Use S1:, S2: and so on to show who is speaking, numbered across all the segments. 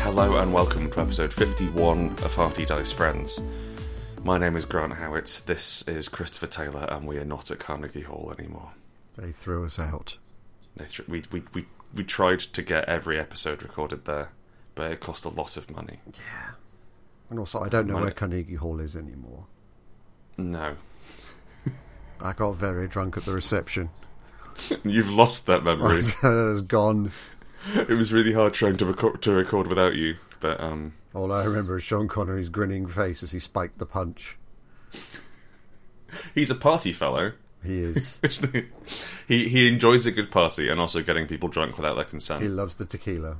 S1: Hello and welcome to episode 51 of Hearty Dice Friends. My name is Grant Howitt, this is Christopher Taylor, and we are not at Carnegie Hall anymore.
S2: They threw us out.
S1: They tr- We, we, we, we tried to get every episode recorded there, but it cost a lot of money.
S2: And also, I don't know
S1: Right.
S2: where Carnegie Hall is anymore.
S1: No.
S2: I got very drunk at the reception.
S1: You've lost that memory.
S2: it was gone.
S1: it was really hard trying to, record to record without you, but um,
S2: All I remember is Sean Connery's grinning face as he spiked the punch.
S1: he's a party fellow.
S2: He is.
S1: isn't he? He, he enjoys a good party and also getting people drunk without their consent.
S2: he loves the tequila.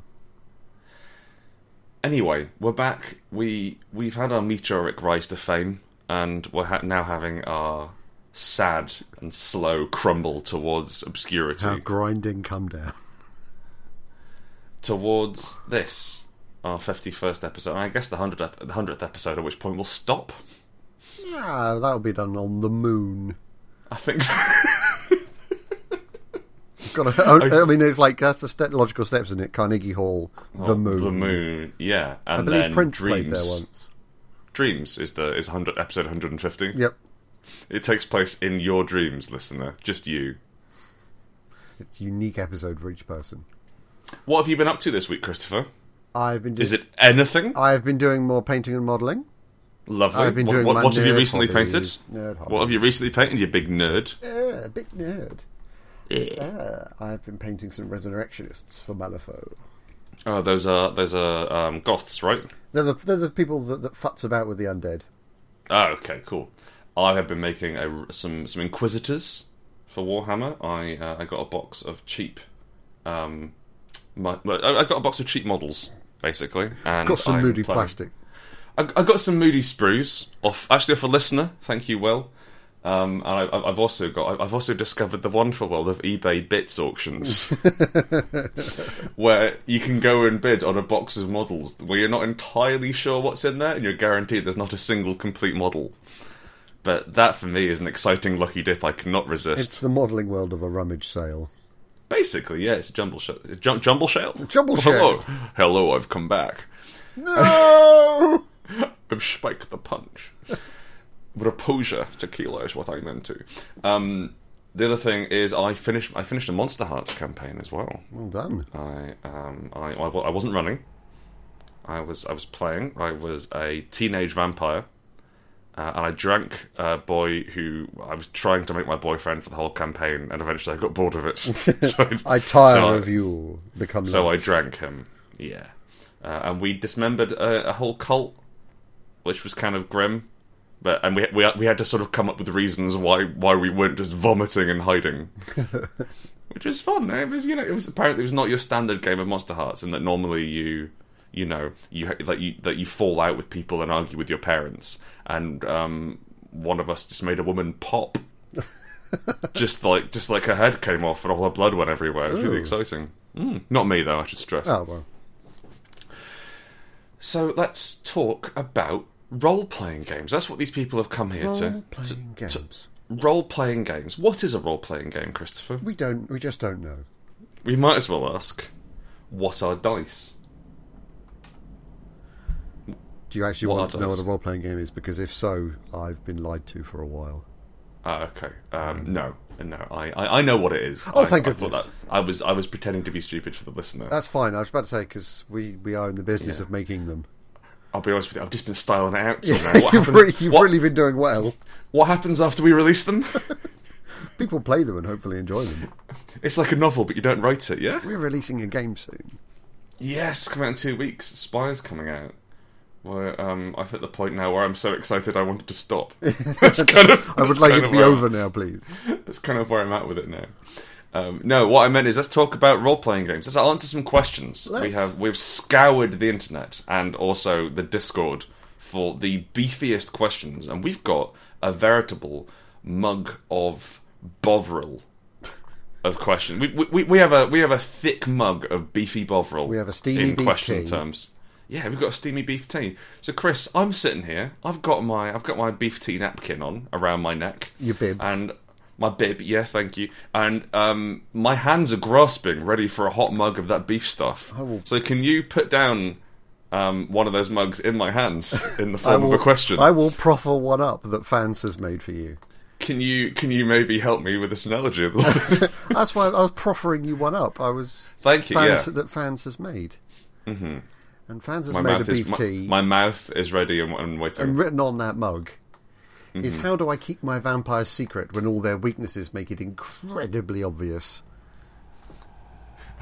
S1: anyway, we're back. We we've had our meteoric rise to fame, and we're ha- now having our sad and slow crumble towards obscurity,
S2: Our grinding come down.
S1: towards this our fifty-first episode. And I guess the hundred the hundredth episode, at which point we'll stop.
S2: Yeah, that'll be done on the moon.
S1: I think.
S2: Got to, I mean, it's like that's the ste- logical steps, isn't it? Carnegie Hall, the moon.
S1: Oh, The moon, yeah, and
S2: I believe
S1: then
S2: Prince
S1: dreams.
S2: played there once.
S1: Dreams is the is hundred episode one hundred and fifty.
S2: Yep,
S1: It takes place in your dreams, listener, just you.
S2: it's a unique episode for each person.
S1: What have you been up to this week, Christopher?
S2: I've been. Do-
S1: Is it anything?
S2: I've been doing more painting and modelling.
S1: Lovely.
S2: I've been
S1: what,
S2: doing
S1: what,
S2: my
S1: what have you
S2: nerd
S1: recently
S2: hobbies,
S1: painted?
S2: nerd
S1: what have you recently painted, you big nerd?
S2: Yeah, big nerd. Yeah, I've been painting some resurrectionists for Malifaux.
S1: Oh, those are those are um, goths, right?
S2: They're the, they're the people that, that futz about with the undead.
S1: Oh, okay, cool. I have been making a, some some inquisitors for Warhammer. I uh, I got a box of cheap, um, my, well, I I got a box of cheap models basically, and
S2: Got some
S1: I'm
S2: moody
S1: planning-
S2: plastic.
S1: I, I got some moody sprues off actually off a listener. Thank you, Will. Um, and I, I've- I've also got I've also discovered the wonderful world of eBay bits auctions, where you can go and bid on a box of models where you're not entirely sure what's in there, and you're guaranteed there's not a single complete model. But that for me is an exciting lucky dip I cannot resist.
S2: It's the modelling world of a rummage sale.
S1: Basically, yeah, it's a jumble shell. Jum- jumble shell.
S2: Jumble
S1: Hello, hello, I've come back.
S2: No!
S1: of Spike the Punch. Raposa tequila is what I'm into. Um, the other thing is I finished I finished a Monster Hearts campaign as well.
S2: well done.
S1: I um I, I, wa- I wasn't running. I was I was playing. I was a teenage vampire, uh, and I drank a boy who I was trying to make my boyfriend for the whole campaign, and eventually I got bored of it. so
S2: I tire
S1: so I-
S2: of you. Become
S1: so
S2: lunch.
S1: I drank him. Yeah. Uh, and we dismembered a, a whole cult, which was kind of grim. But and we we we had to sort of come up with reasons why why we weren't just vomiting and hiding, which was fun. It was you know it was apparently it was not your standard game of Monster Hearts, in that normally you you know you ha- that you that you fall out with people and argue with your parents, and um, one of us just made a woman pop, just like just like her head came off and all her blood went everywhere. It was really
S2: Ooh.
S1: exciting. Mm, not me though, I should stress.
S2: Oh, well.
S1: So let's talk about role playing games. That's what these people have come here to.
S2: Playing games.
S1: Role playing games. What is a role playing game, Christopher?
S2: We don't. We just don't know.
S1: We might as well ask what are dice?
S2: Do you actually
S1: What
S2: want
S1: are
S2: to know
S1: those?
S2: what a role playing game is? Because if so, I've been lied to for a while.
S1: Ah, okay. Um, no. No, I, I, I know what it is.
S2: Oh,
S1: I,
S2: thank
S1: I thought
S2: goodness.
S1: that- I was I was pretending to be stupid for the listener.
S2: That's fine. I was about to say, because we, we are in the business
S1: Yeah.
S2: of making them.
S1: I'll be honest with you. I've just been styling it out. Till now. What,
S2: you've
S1: happens,
S2: re- you've
S1: what-
S2: really been doing well.
S1: what happens after we release them?
S2: People play them and hopefully enjoy them.
S1: it's like a novel, but you don't write it. Yeah.
S2: We're releasing a game soon.
S1: Yes, coming out in two weeks. Spire's coming out. Where um, I've hit the point now where I'm so excited I wanted to stop. that's kind of.
S2: I would
S1: that's
S2: like
S1: kind
S2: it to
S1: of
S2: be
S1: where-
S2: over now, please.
S1: That's kind of where I'm at with it now. Um, no, what I meant is let's talk about role-playing games. Let's answer some questions. We
S2: Let's.
S1: have we've scoured the internet and also the Discord for the beefiest questions, and we've got a veritable mug of bovril of questions. We, we, we have a we have a thick mug of beefy bovril.
S2: We have a steamy
S1: in
S2: beef
S1: question
S2: tea.
S1: terms. Yeah, we've got a steamy beef tea. So Chris, I'm sitting here. I've got my I've got my beef tea napkin on around my neck.
S2: Your bib.
S1: And my bib, yeah, thank you. And um, my
S2: Oh.
S1: hands are grasping, ready for a hot mug of that beef stuff.
S2: will-
S1: So can you put down um, one of those mugs in my hands in the
S2: I
S1: form
S2: will,
S1: of a question.
S2: I will proffer one up that Fans has made for you.
S1: Can you can you maybe help me with this analogy? a little bit?
S2: That's why I was proffering you one up. I was
S1: Thank you.
S2: fans
S1: yeah.
S2: that Fans has made. Mm-hmm. And Fans has
S1: My
S2: made a
S1: mouth,
S2: beef
S1: is, my,
S2: tea. Um,
S1: my mouth is ready and, and waiting.
S2: and written on that mug is
S1: Mm-hmm.
S2: how do I keep my vampires secret when all their weaknesses make it incredibly obvious?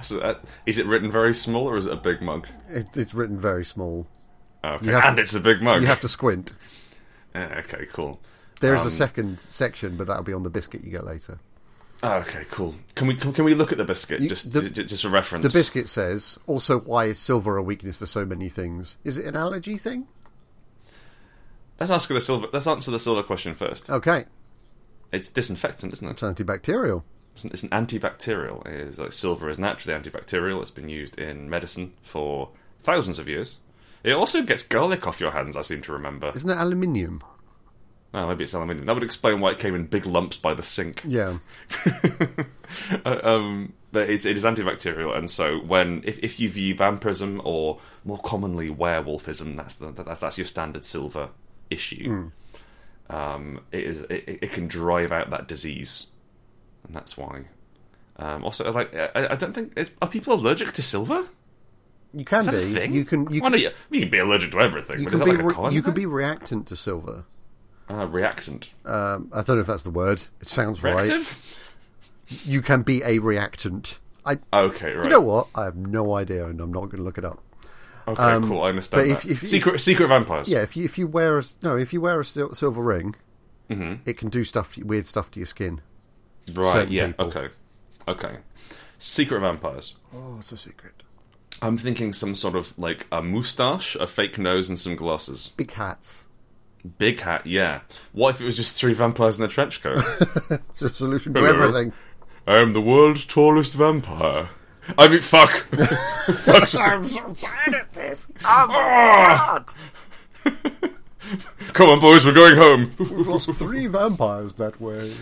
S1: So that- is it written very small or is it a big mug?
S2: It, it's written very small.
S1: Okay.
S2: You have
S1: and
S2: to-
S1: it's a big mug.
S2: You have to squint.
S1: Yeah, okay, cool.
S2: There is a
S1: Um,
S2: second section, but that'll be on the biscuit you get later.
S1: Okay, cool. Can we can, can we look at the biscuit
S2: You-
S1: just
S2: the-
S1: j- just a reference?
S2: The biscuit says, also, why is silver a weakness for so many things? Is it an allergy thing?
S1: Let's ask the silver. Let's answer the silver question first.
S2: Okay,
S1: It's disinfectant, isn't it?
S2: it's antibacterial.
S1: It's an, it's an antibacterial. It is like silver is naturally antibacterial. It's been used in medicine for thousands of years. It also gets garlic off your hands. I seem to remember.
S2: Isn't it aluminium?
S1: Oh, maybe it's aluminium. That would explain why it came in big lumps by the sink.
S2: Yeah.
S1: Uh, um, but it's, it is antibacterial, and so when if, if you view vampirism or more commonly werewolfism, that's the, that's that's your standard silver issue.
S2: Hmm.
S1: Um, it is it, it it can drive out that disease, and that's why. Um, also, like I- I, I don't think it's, are people allergic to silver?
S2: You can
S1: Is that a
S2: be.
S1: thing?
S2: You can you
S1: Why
S2: can,
S1: not you, you can be allergic to everything,
S2: you
S1: but
S2: can
S1: is that
S2: be
S1: like a
S2: re-
S1: common
S2: you can
S1: thing?
S2: be reactant to silver.
S1: uh, reactant,
S2: Um, I don't know if that's the word. It sounds right.
S1: reactive.
S2: You can be a reactant. I
S1: Okay, right.
S2: You know what? I have no idea, and I'm not going to look it up.
S1: okay,
S2: um,
S1: cool. I understand.
S2: but if-
S1: that.
S2: if you-
S1: secret secret vampires.
S2: Yeah, if you if you wear a s- no, if you wear a sil- silver ring,
S1: Mm-hmm.
S2: it can do stuff weird stuff to your skin.
S1: Right.
S2: certain
S1: Yeah.
S2: people.
S1: Okay. Okay. Secret vampires.
S2: Oh, it's a secret.
S1: I'm thinking some sort of like a moustache, a fake nose, and some glasses.
S2: Big hats.
S1: Big hat. Yeah. What if it was just three vampires in a trench coat?
S2: It's a solution to
S1: Hello.
S2: everything.
S1: I am the world's tallest vampire. I mean, fuck.
S3: I'm so bad at this. Oh my
S1: Ah!
S3: god!
S1: Come on, boys, we're going home.
S2: We've lost three vampires that way.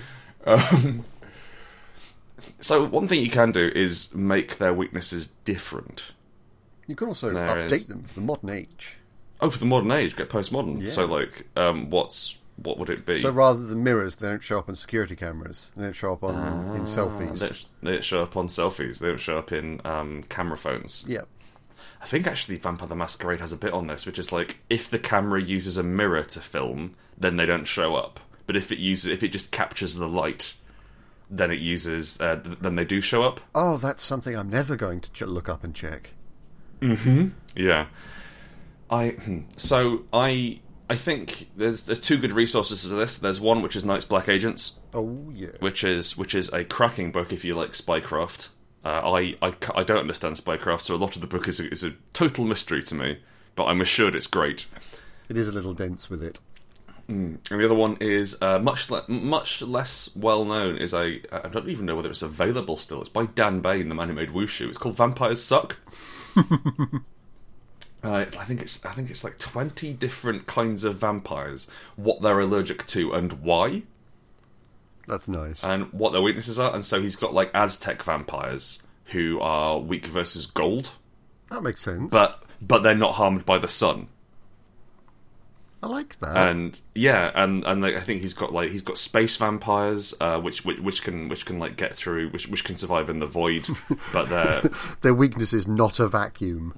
S1: so one thing you can do is make their weaknesses different.
S2: You can also
S1: There
S2: update
S1: is.
S2: them for the modern age.
S1: Oh, for the modern age, get postmodern.
S2: Yeah.
S1: So like, um, what's what would it be?
S2: So rather than mirrors, they don't show up on security cameras. They don't show up on in
S1: They
S2: selfies.
S1: don't- Ah, they don't show up on selfies. They don't show up in um, camera phones.
S2: Yeah.
S1: I think actually Vampire the Masquerade has a bit on this, which is like if the camera uses a mirror to film, then they don't show up. But if it uses, if it just captures the light, then it uses, uh, th- then they do show up.
S2: Oh, that's something I'm never going to ch- look up and check.
S1: Yeah. I hmm. so I I think there's there's two good resources to this. There's one which is Knights Black Agents,
S2: Oh yeah.
S1: which is which is a cracking book if you like spycraft. Uh, I, I ca- I don't understand spycraft, so a lot of the book is a, is a total mystery to me. But I'm assured it's great.
S2: It is a little dense with it.
S1: And the other one is uh, much le- much less well known. Is a I don't even know whether it's available still. It's by Dan Bain, the man who made Wushu. It's called Vampires Suck. uh, I think it's I think it's like twenty different kinds of vampires, what they're allergic to and why,
S2: That's nice.
S1: and what their weaknesses are. And so he's got like Aztec vampires who are weak versus gold,
S2: that makes sense.
S1: but but they're not harmed by the sun.
S2: I like that.
S1: and yeah, and and like, I think he's got like he's got space vampires, uh, which, which which can which can like get through, which which can survive in the void, but they're
S2: Their weakness is not a vacuum.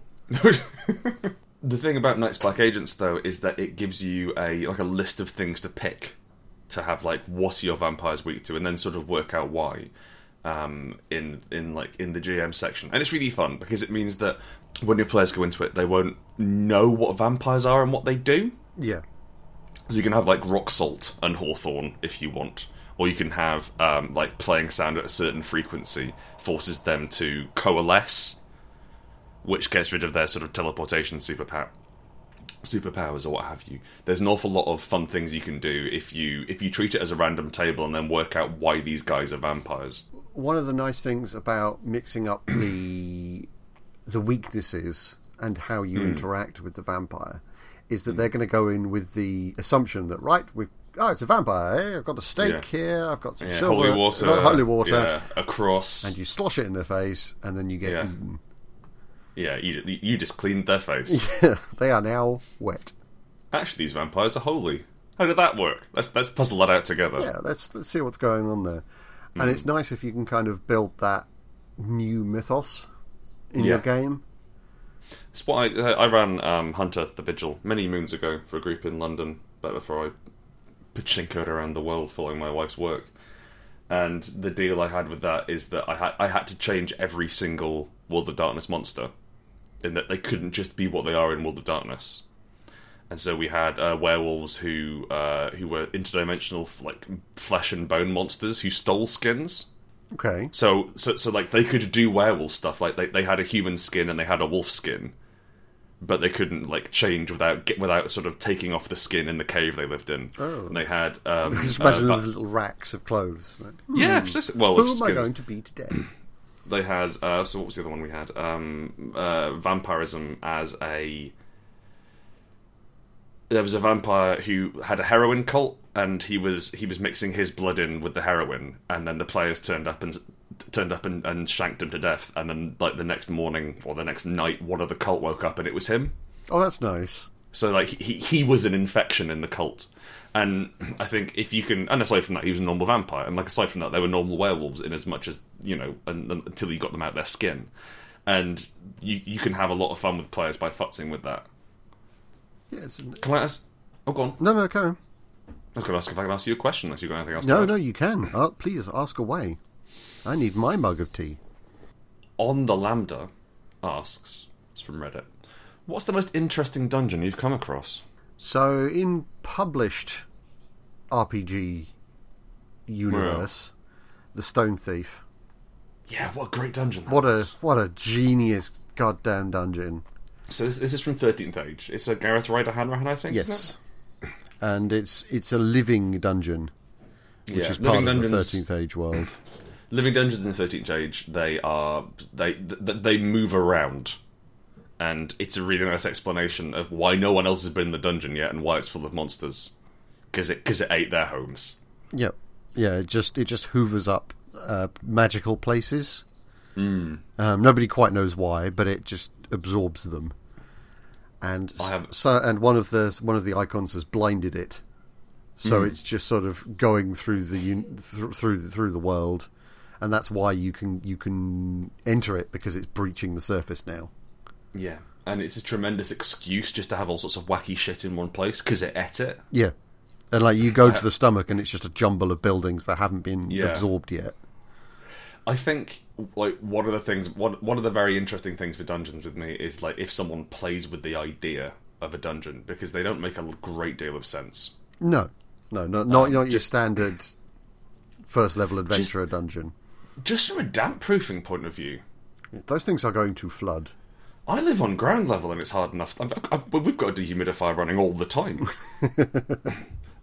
S1: the thing about Knights Black Agents though is that it gives you a like a list of things to pick to have like what are your vampires weak to and then sort of work out why um, in in like in the GM section. And it's really fun because it means that when your players go into it they won't know what vampires are and what they do.
S2: Yeah.
S1: So you can have like rock salt and hawthorn if you want, or you can have um, like playing sound at a certain frequency forces them to coalesce, which gets rid of their sort of teleportation superpower, superpowers or what have you. There's an awful lot of fun things you can do if you if you treat it as a random table and then work out why these guys are vampires.
S2: One of the nice things about mixing up the the weaknesses and how you
S1: Hmm.
S2: interact with the vampire is that they're going to go in with the assumption that right we oh it's a vampire eh? I've got a stake
S1: Yeah.
S2: here I've got some
S1: Yeah,
S2: silver
S1: holy water,
S2: uh, holy water
S1: yeah, a cross,
S2: and you slosh it in their face and then you get
S1: Yeah.
S2: eaten.
S1: Yeah, you you just cleaned their face.
S2: they are now wet.
S1: Actually, these vampires are holy. How did that work? Let's let's puzzle that out together.
S2: Yeah, let's let's see what's going on there.
S1: Hmm.
S2: And it's nice if you can kind of build that new mythos in your
S1: Yeah.
S2: game.
S1: It's what I, I ran um, Hunter the Vigil many moons ago for a group in London, but before I pachinkoed around the world following my wife's work. And the deal I had with that is that I had I had to change every single World of Darkness monster, in that they couldn't just be what they are in World of Darkness. And so we had uh, werewolves who uh, who were interdimensional like flesh and bone monsters who stole skins.
S2: Okay.
S1: So, so, so, like they could do werewolf stuff. Like they, they had a human skin and they had a wolf skin, but they couldn't like change without get, without sort of taking off the skin in the cave they lived in.
S2: Oh.
S1: And they had um,
S2: Just
S1: uh,
S2: imagine
S1: va-
S2: those little racks of clothes. Like, hmm,
S1: yeah, just, well,
S2: Who
S1: just
S2: am I
S1: skins.
S2: going to be today?
S1: They had uh, so what was the other one we had? Um, uh, vampirism as a there was a vampire who had a heroin cult and he was he was mixing his blood in with the heroin and then the players turned up and turned up and, and shanked him to death and then like the next morning or the next night one of the cult woke up and it was him
S2: Oh, that's nice.
S1: so like he he was an infection in the cult and i think if you can and aside from that he was a normal vampire and like aside from that they were normal werewolves in as much as you know and, and- until you got them out of their skin and you you can have a lot of fun with players by futzing with that
S2: Yeah, it's,
S1: can i ask oh go on
S2: no, no, go on.
S1: I was going to ask if I can ask you a question, unless you've got anything else. to
S2: No,
S1: add.
S2: no, you can. Uh, please ask away. I need my mug of tea.
S1: On the Lambda asks, it's from Reddit, what's the most interesting dungeon you've come across?
S2: So, in published RPG universe, the Stone Thief.
S1: Yeah, what a great dungeon. that
S2: What a
S1: was.
S2: what a genius goddamn dungeon.
S1: So this, this is from 13th Age. It's a Gareth Ryder Hanrahan, I think. isn't
S2: Yes. And it's it's a living dungeon,
S1: it?
S2: which
S1: Yeah.
S2: is part
S1: Living
S2: of the
S1: Dungeons-
S2: thirteenth age world.
S1: Living Dungeons in the 13th Age, they are they th- th- they move around, and it's a really nice explanation of why no one else has been in the dungeon yet and why it's full of monsters, because it because it ate their homes.
S2: Yep. Yeah, it just it just hoovers up uh, magical places. Um, nobody quite knows why, but it just absorbs them. And s-
S1: haven't-
S2: so, and one of the one of the icons has blinded it, so it's just sort of going through the un- th- through the, through the world, and that's why you can you can enter it because it's breaching the surface now.
S1: Yeah, and it's a tremendous excuse just to have all sorts of wacky shit in one place because it ate it.
S2: Yeah, and like you go to the stomach, and it's just a jumble of buildings that haven't been
S1: Yeah.
S2: absorbed yet.
S1: I think like one of the things one one of the very interesting things for dungeons with me is like if someone plays with the idea of a dungeon because they don't make a great deal of sense.
S2: No, no, no
S1: Um,
S2: not not your standard first level adventurer dungeon.
S1: Just from a damp proofing point of view,
S2: Those things are going to flood.
S1: I live on ground level and it's hard enough. I've, I've, we've got a dehumidifier running all the time.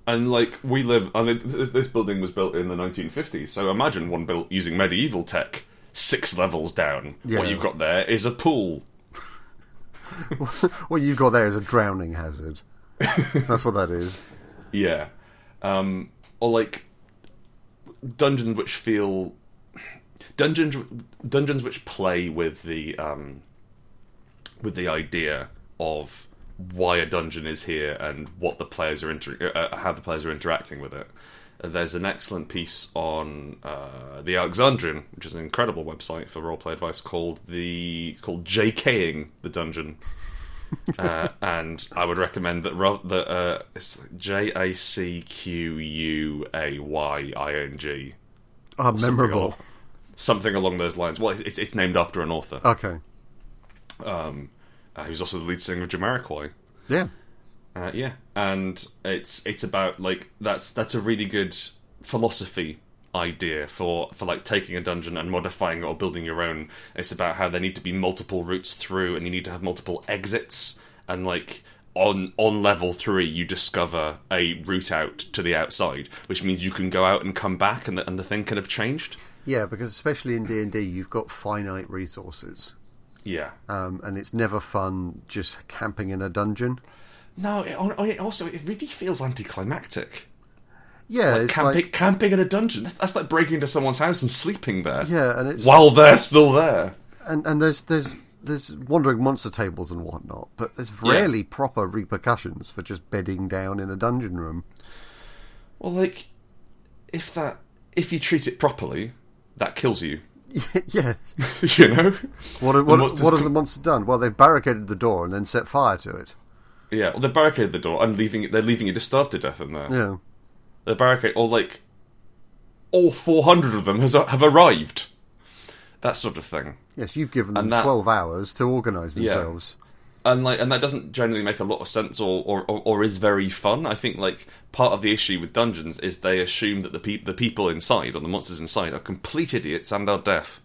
S1: and like we live, I mean, this, this building was built in the 1950s, so imagine one built using medieval tech, six levels down.
S2: Yeah.
S1: What you've got there is a pool.
S2: What you've got there is a drowning hazard. That's what that is.
S1: Yeah. Um, or like dungeons which feel dungeons dungeons which play with the um, with the idea of why a dungeon is here and what the players are inter- uh, how the players are interacting with it. Uh, There's an excellent piece on uh, the Alexandrian, which is an incredible website for roleplay advice called the called JKing the dungeon uh, and I would recommend that rather that uh, it's J A C Q U A Y I N G
S2: Ah, memorable.
S1: along, something along those lines. Well, it's it's named after an author
S2: Okay.
S1: uh, who's also the lead singer of Jamiroquai.
S2: Yeah.
S1: Uh, yeah, and it's it's about like that's that's a really good philosophy idea for for like taking a dungeon and modifying it or building your own. It's about how there need to be multiple routes through, and you need to have multiple exits, and like. On, on level three, you discover a route out to the outside, which means you can go out and come back, and the, and the thing could have changed.
S2: Yeah, because especially in D and D, you've got finite resources,
S1: Yeah.
S2: um, and it's never fun just camping in a dungeon.
S1: No. It, al- it also, it really feels anticlimactic.
S2: Yeah, it's
S1: Camping,
S2: like
S1: camping in a dungeon. That's, that's like breaking into someone's house and sleeping there.
S2: yeah, and it's
S1: while they're still there.
S2: and and there's there's there's wandering monster tables and whatnot, but there's rarely proper repercussions for just bedding down in a dungeon room.
S1: Well, like if that if you treat it properly, that kills you.
S2: yeah.
S1: you know.
S2: What, have- what,
S1: monsters
S2: what have
S1: cl-
S2: the monster done? Well, they've barricaded the door and then set fire to it.
S1: Yeah. Well, they barricade the door and leaving it. They're leaving you to starve to death in there.
S2: Yeah.
S1: the barricade, or like all 400 of them has have arrived. That sort of thing,
S2: Yes, you've given them
S1: And that-
S2: 12 hours to organise
S1: Yeah.
S2: themselves.
S1: and like, and that doesn't generally make a lot of sense, or or, or, or is very fun. I think like part of the issue with dungeons is they assume that the peop the people inside, or the monsters inside, are complete idiots and are deaf.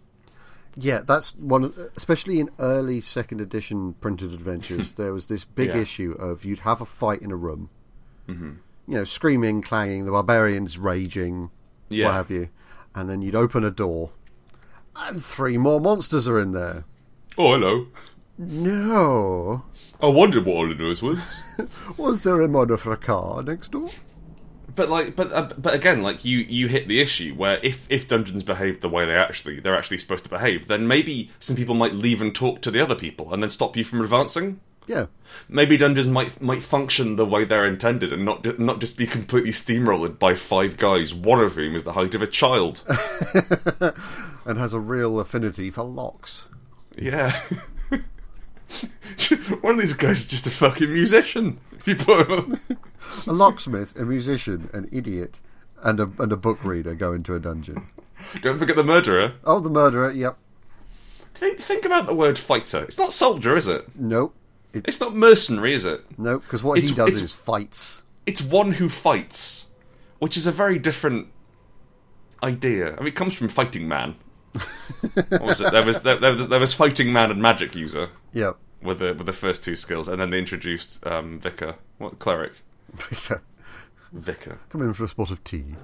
S2: Yeah, that's one of, especially in early second edition printed adventures. there was this big
S1: Yeah.
S2: issue of you'd have a fight in a room, mm-hmm. you know, screaming, clanging, the barbarians raging,
S1: Yeah.
S2: what have you, and then you'd open a door, and three more monsters are in there.
S1: Oh hello,
S2: No,
S1: I wondered what all the noise was.
S2: was there a mod for a car next door?
S1: but like but uh, but again like you you hit the issue where if if dungeons behave the way they actually they're actually supposed to behave then maybe some people might leave and talk to the other people and then stop you from advancing
S2: Yeah,
S1: maybe dungeons might might function the way they're intended and not ju- not just be completely steamrolled by five guys one of whom is the height of a child
S2: and has a real affinity for locks.
S1: yeah one of these guys is just a fucking musician if you put him on
S2: A locksmith, a musician, an idiot, and a and a book reader go into a dungeon.
S1: don't forget the murderer
S2: Oh, the murderer. Yep.
S1: think, think about the word fighter it's not soldier is it
S2: Nope. It
S1: it's not mercenary is it
S2: No, because what he
S1: It's-
S2: does
S1: it's-
S2: is fights.
S1: it's one who fights, which is a very different idea. I mean, it comes from Fighting Man. what was it? There was there, there, there was Fighting Man and Magic User
S2: Yeah.
S1: with the with the first two skills, and then they introduced um, Vicar, what cleric, Vicar.
S2: Come in for a spot of tea.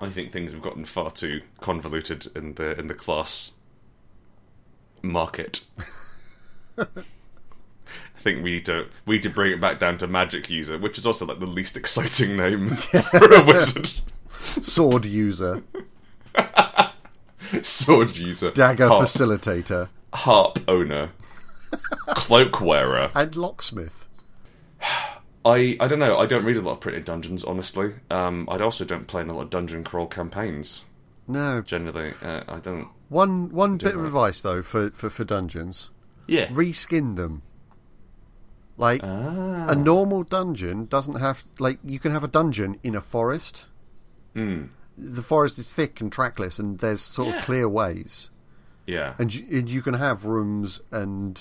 S1: I think things have gotten far too convoluted in the in the class market. I think we need to we need to bring it back down to Magic User, which is also like the least exciting name for a wizard.
S2: Sword user,
S1: sword user,
S2: dagger
S1: harp,
S2: facilitator,
S1: harp owner, cloak wearer.
S2: and locksmith.
S1: I I don't know. I don't read a lot of printed dungeons, honestly. Um, I also don't play in a lot of dungeon crawl campaigns.
S2: No.
S1: Generally, uh, I don't.
S2: One one bit of advice though for, for, for dungeons.
S1: Yeah.
S2: Reskin them. Like
S1: Ah.
S2: a normal dungeon doesn't have like you can have a dungeon in a forest. The forest is thick and trackless and there's sort
S1: Hmm. Yeah.
S2: of clear ways.
S1: yeah.
S2: and you, and you can have rooms and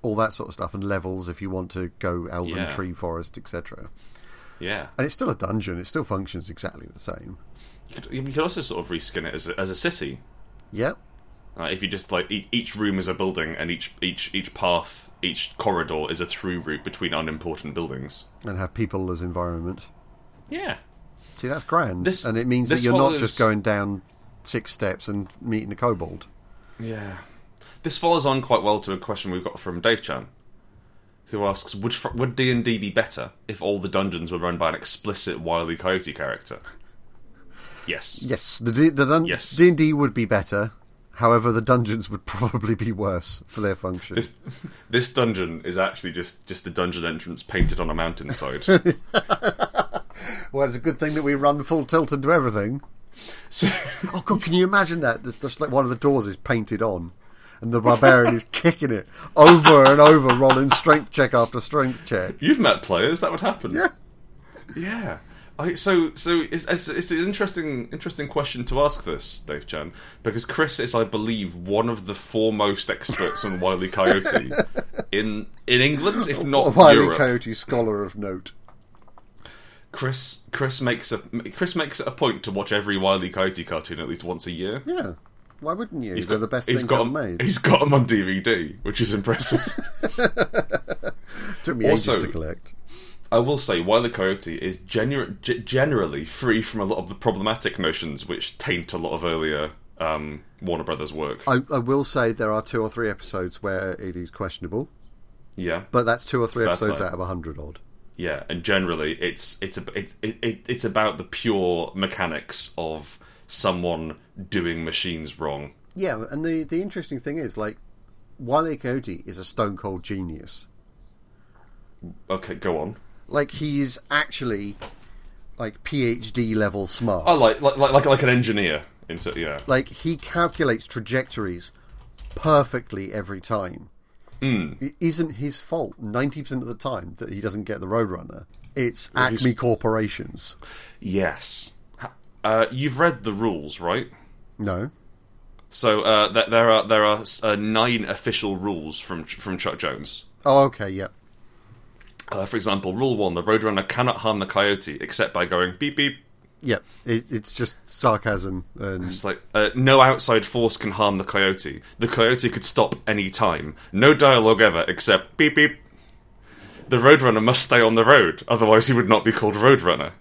S2: all that sort of stuff and levels if you want to go elven
S1: Yeah.
S2: tree forest etc
S1: Yeah.
S2: and it's still a dungeon it still functions exactly the same
S1: You could, you could also sort of reskin it as a, as a city.
S2: yep
S1: Uh, if you just like e- each room is a building, and each each each path, each corridor is a through route between unimportant buildings.
S2: and have people as environment
S1: Yeah.
S2: see that's grand
S1: This-
S2: and it means that
S1: this
S2: you're not
S1: follows-
S2: just going down six steps and meeting a kobold
S1: Yeah. This follows on quite well to a question we've got from Dave Chan, who asks, would, fr- would D&D be better if all the dungeons were run by an explicit Wily Coyote character? Yes.
S2: yes the, D- the dun-
S1: Yes.
S2: d&d would be better however the dungeons would probably be worse for their function
S1: This, this dungeon is actually just, just the dungeon entrance painted on a mountainside.
S2: well it's a good thing that we run full tilt into everything
S1: so,
S2: Oh god, can you imagine that? It's just like one of the doors is painted on, and the barbarian is kicking it over and over, rolling strength check after strength check.
S1: you've met players, that would happen.
S2: Yeah,
S1: Yeah. I, so so it's, it's, it's an interesting interesting question to ask this, Dave Chan, because Chris is, I believe, one of the foremost experts on Wily Coyote in in England, if
S2: a
S1: not
S2: wily
S1: Europe.
S2: E. coyote scholar of note.
S1: Chris Chris makes a Chris makes it a point to watch every Wily Coyote cartoon at least once a year.
S2: Yeah, why wouldn't you?
S1: He's
S2: They're the best
S1: he's
S2: things
S1: got
S2: ever
S1: 'em-
S2: made.
S1: He's got them on DVD, which is impressive.
S2: Took me
S1: also-
S2: ages to collect.
S1: I will say, Wile E. Coyote is genu- g- generally free from a lot of the problematic notions which taint a lot of earlier um, Warner Brothers work.
S2: I, I will say there are two or three episodes where it is questionable,
S1: yeah.
S2: but that's two or three episodes
S1: play.
S2: out of a hundred odd.
S1: yeah and generally it's it's a, it, it, it, it's about the pure mechanics of someone doing machines wrong
S2: Yeah, and the the interesting thing is like Wile Coyote is a stone cold genius.
S1: Okay, go on.
S2: Like he is actually like PhD level smart.
S1: I like like like like, like an engineer. Into yeah.
S2: like he calculates trajectories perfectly every time. It isn't his fault ninety percent of the time that he doesn't get the Roadrunner. It's Acme Corporations.
S1: Yes. Uh, you've read the rules, right?
S2: No,
S1: So uh, th- there are there are uh, nine official rules from from Chuck Jones.
S2: oh okay, yep.
S1: Uh, for example, rule one: the Roadrunner cannot harm the coyote except by going beep beep.
S2: Yep, it, it's just sarcasm and
S1: It's like uh, no outside force can harm the coyote. The coyote could stop any time. No dialogue ever except beep beep. The Roadrunner must stay on the road, otherwise he would not be called Roadrunner.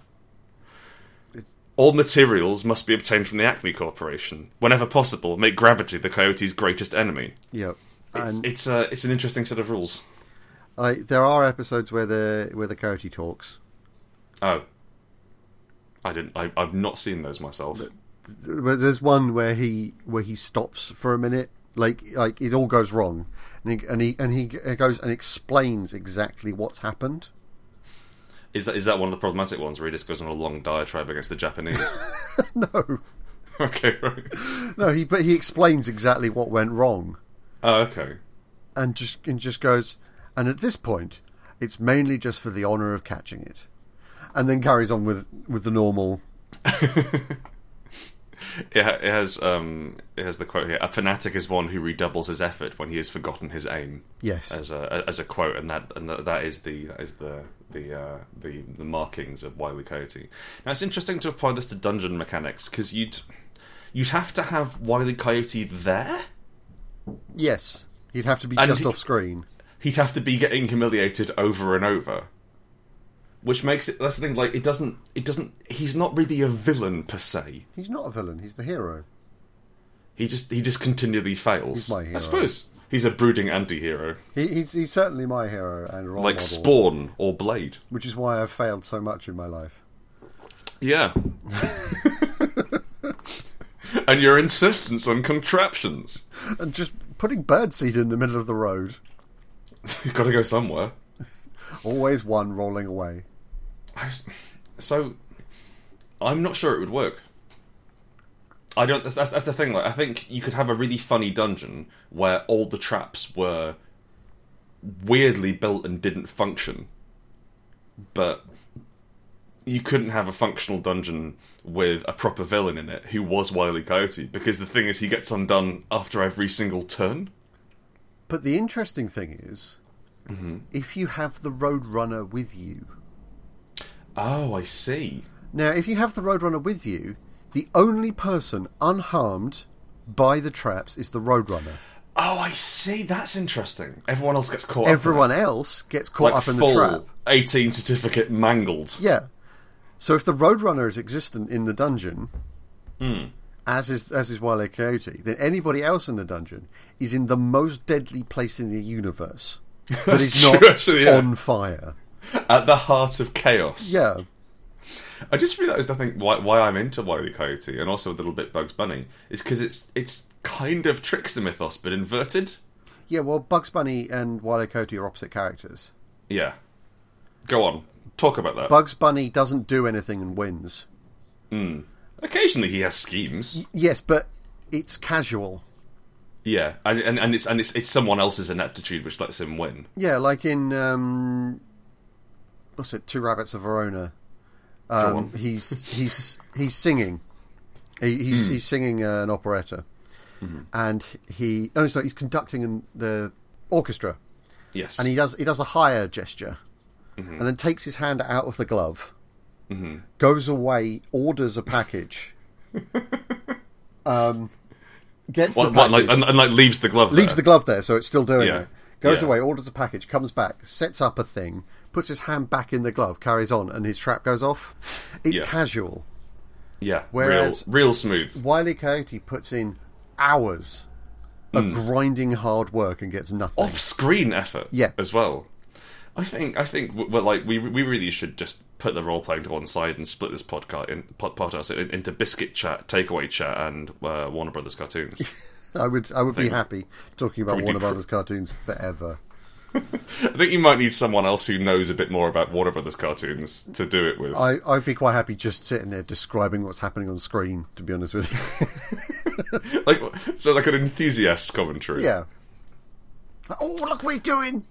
S1: All materials must be obtained from the Acme Corporation. Whenever possible, make gravity the coyote's greatest enemy.
S2: yep.
S1: It's
S2: And
S1: it's, uh, it's an interesting set of rules.
S2: like there are episodes where the where the coyote talks.
S1: Oh, I didn't. I, I've not seen those myself.
S2: But there's one where he where he stops for a minute, like like it all goes wrong, and he and he and he goes and explains exactly what's happened.
S1: Is that is that one of the problematic ones where he just goes on a long diatribe against the Japanese?
S2: No,
S1: okay, right.
S2: No, he but he explains exactly what went wrong,
S1: Oh, okay.
S2: and just and just goes, and at this point, it's mainly just for the honour of catching it, and then carries on with with the normal.
S1: It, ha- it has um it has the quote here: "A fanatic is one who redoubles his effort when he has forgotten his aim."
S2: Yes,
S1: As a as a quote, and that and that is the that is the the uh, the the markings of Wily Coyote. Now it's interesting to apply this to dungeon mechanics because you'd you'd have to have Wily Coyote there.
S2: yes, he'd have to be
S1: And
S2: just
S1: he-
S2: off screen.
S1: he'd have to be getting humiliated over and over. Which makes it that's the thing, like it doesn't it doesn't he's not really a villain per se.
S2: He's not a villain. He's the hero.
S1: He just he just continually fails.
S2: He's my hero.
S1: I suppose he's a brooding anti hero.
S2: He, he's he's certainly my hero and role
S1: Like
S2: model,
S1: Spawn or Blade.
S2: which is why I've failed so much in my life.
S1: Yeah. and your insistence on contraptions.
S2: And just putting birdseed in the middle of the road,
S1: You've gotta go somewhere.
S2: always one rolling away.
S1: I just- so I'm not sure it would work. I don't. That's, that's that's the thing. Like, I think you could have a really funny dungeon where all the traps were weirdly built and didn't function, but you couldn't have a functional dungeon with a proper villain in it who was Wily Coyote because the thing is he gets undone after every single turn.
S2: But the interesting thing is,
S1: Mm-hmm.
S2: if you have the Roadrunner with you,
S1: Oh, I see.
S2: Now, if you have the Roadrunner with you, the only person unharmed by the traps is the Roadrunner.
S1: Oh, I see. That's interesting. Everyone else gets caught. up in it.
S2: Everyone else gets caught
S1: like
S2: up in
S1: full
S2: the trap.
S1: 18 certificate mangled.
S2: Yeah. So if the Roadrunner is existent in the dungeon,
S1: Hmm.
S2: as is as is Wile E. Coyote, then anybody else in the dungeon is in the most deadly place in the universe. But
S1: That's
S2: is not
S1: true, actually, yeah.
S2: on fire.
S1: At the heart of chaos.
S2: Yeah.
S1: I just realised, I think, why, why I'm into Wily Coyote and also a little bit Bugs Bunny is because it's, it's kind of trickster mythos, but inverted.
S2: Yeah, well Bugs Bunny and Wile E. Coyote are opposite characters.
S1: Yeah. Go on. Talk about that.
S2: Bugs Bunny doesn't do anything and wins.
S1: Occasionally he has schemes.
S2: Yes, but it's casual.
S1: Yeah. And, and, and, it's, and it's, it's someone else's ineptitude which lets him win.
S2: Yeah, like in um, what's it? Two Rabbits of Verona.
S1: Go
S2: Um,
S1: on.
S2: he's he's he's singing. He,
S1: Hmm.
S2: he's he's singing uh, an operetta, and he no, he's not. He's conducting an, the orchestra,
S1: Yes.
S2: and he does he does a higher gesture,
S1: Mm-hmm.
S2: and then takes his hand out of the glove, goes away, orders a package, um, gets
S1: What-
S2: the
S1: what,
S2: package,
S1: like, and, and, like leaves the glove
S2: leaves the
S1: there.
S2: glove there, so it's still doing
S1: Yeah.
S2: it. Goes
S1: Yeah.
S2: away, orders a package, comes back, sets up a thing, puts his hand back in the glove, carries on, and his trap goes off. It's
S1: Yeah.
S2: casual.
S1: Yeah.
S2: whereas-
S1: real, real smooth.
S2: Wiley Coyote puts in hours of
S1: Mm.
S2: grinding hard work and gets nothing.
S1: off screen effort
S2: Yeah.
S1: as well. I think I think w- well, like we we really should just put the role playing to one side and split this podcast in, pod, podcast in, into biscuit chat, takeaway chat, and uh, Warner Brothers cartoons.
S2: I would I would be happy talking about
S1: Probably do
S2: Warner
S1: cr-
S2: Brothers cartoons forever.
S1: I think you might need someone else who knows a bit more about Warner Brothers cartoons to do it with.
S2: I, I'd be quite happy just sitting there describing what's happening on screen, to be honest with you.
S1: like, so like an enthusiast commentary.
S2: yeah. Oh, look what he's doing!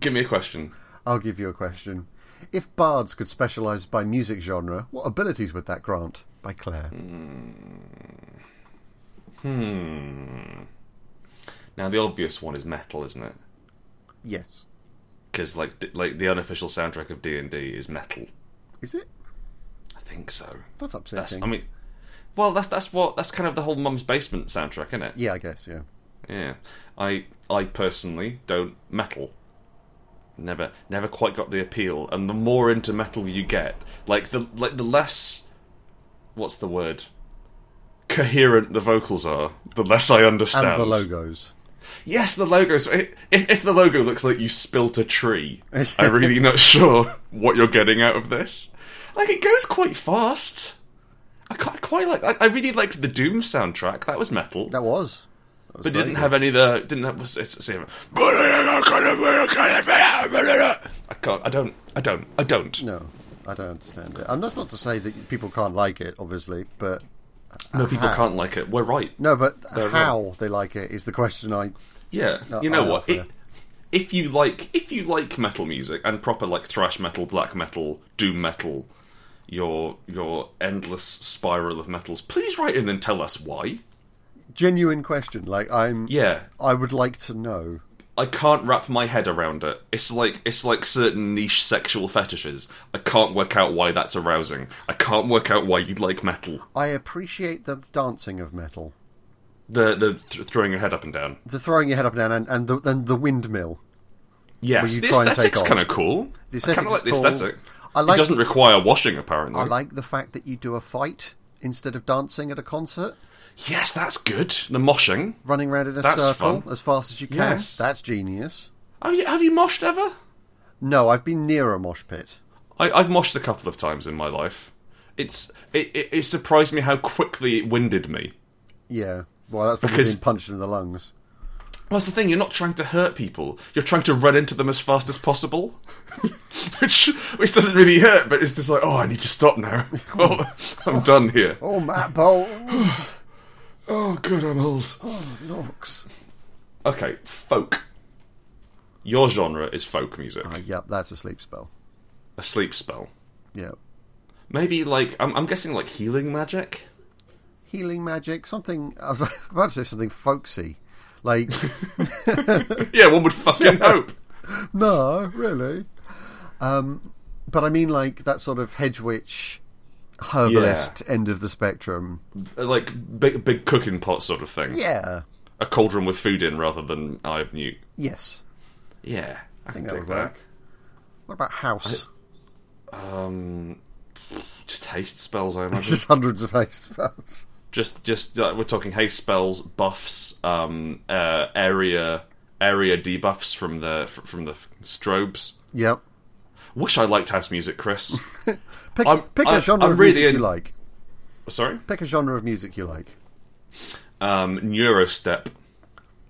S1: Give me a question.
S2: I'll give you a question. If bards could specialise by music genre, what abilities would that grant? By Claire.
S1: Hmm. Now the obvious one is metal, isn't it?
S2: Yes.
S1: Because like d- like the unofficial soundtrack of D and D is metal.
S2: Is it?
S1: I think so.
S2: That's upsetting.
S1: That's I mean, well that's that's what that's kind of the whole Mum's Basement soundtrack, isn't it?
S2: yeah, I guess, yeah.
S1: Yeah. I I personally don't metal. Never never quite got the appeal. And the more into metal you get, like the like the less what's the word? Coherent the vocals are, the less I understand.
S2: And the logos.
S1: Yes, the logo. So i- if if the logo looks like you spilt a tree, I'm really not sure what you're getting out of this. Like it goes quite fast. I quite, quite like. I, I really liked the Doom soundtrack. That was metal
S2: That was. That was
S1: but
S2: very
S1: didn't
S2: good.
S1: have any of the didn't have was it's, it's, I can't I don't I don't I don't
S2: No, I don't understand it. And that's not to say that people can't like it, obviously, but
S1: no people
S2: how?
S1: can't like it we're right
S2: no, but
S1: They're
S2: how they like it is the question. I
S1: yeah
S2: No,
S1: you know
S2: Oh, I
S1: what
S2: offer-
S1: It- if you like if you like metal music and proper like thrash metal black metal doom metal your your endless spiral of metals please write in and tell us why
S2: genuine question. Like I'm,
S1: yeah
S2: I would like to know.
S1: I can't wrap my head around it. It's like it's like certain niche sexual fetishes. I can't work out why that's arousing. I can't work out why you'd like metal.
S2: I appreciate the dancing of metal,
S1: The the th- throwing your head up and down.
S2: the throwing your head up and down, and, and the and the windmill.
S1: Yes,
S2: you
S1: the
S2: try and take
S1: aesthetic's
S2: off.
S1: kind of cool.
S2: The
S1: I kind
S2: aesthetic
S1: of
S2: is
S1: like the
S2: cool.
S1: aesthetic.
S2: I like-
S1: It doesn't require washing, apparently.
S2: I like the fact that you do a fight instead of dancing at a concert,
S1: yes, that's good. The moshing.
S2: running around in a
S1: That's
S2: circle
S1: fun.
S2: as fast as you can.
S1: Yes.
S2: That's genius.
S1: Have you, have you moshed ever?
S2: No, I've been near a mosh pit.
S1: I, I've moshed a couple of times in my life. It's it, it, it surprised me how quickly it winded me.
S2: Yeah, well, that's probably
S1: Because-
S2: being punched in the lungs.
S1: Well, that's the thing. You're not trying to hurt people. You're trying to run into them as fast as possible, which which doesn't really hurt. But it's just like, oh, I need to stop now. Oh, I'm done here.
S2: Oh, Matt Bowles.
S1: Oh, good, I'm old.
S2: Looks.
S1: Okay, folk. Your genre is folk music.
S2: Yep, that's a sleep spell.
S1: A sleep spell.
S2: Yep.
S1: Maybe like I'm, I'm guessing like healing magic.
S2: Healing magic, something. I was about to say something folksy. Like,
S1: yeah, one would fucking hope.
S2: no, really. Um, but I mean, like, that sort of hedge witch, herbalist end of the spectrum.
S1: uh, Like big big cooking pot sort of thing.
S2: Yeah.
S1: A cauldron with food in rather than eye of newt.
S2: Yes.
S1: Yeah, I,
S2: think
S1: can
S2: that
S1: take
S2: would work. What about house?
S1: Um, just haste spells, I imagine.
S2: Just hundreds of haste spells.
S1: just just uh, we're talking haste spells, buffs, um, uh, area area debuffs from the fr- from the f- strobes.
S2: Yep.
S1: Wish I liked house music, Chris.
S2: Pick,
S1: I'm-
S2: pick a
S1: I-
S2: genre
S1: I'm
S2: of
S1: really
S2: music
S1: in-
S2: you like.
S1: Sorry,
S2: Pick a genre of music you like.
S1: um, neurostep.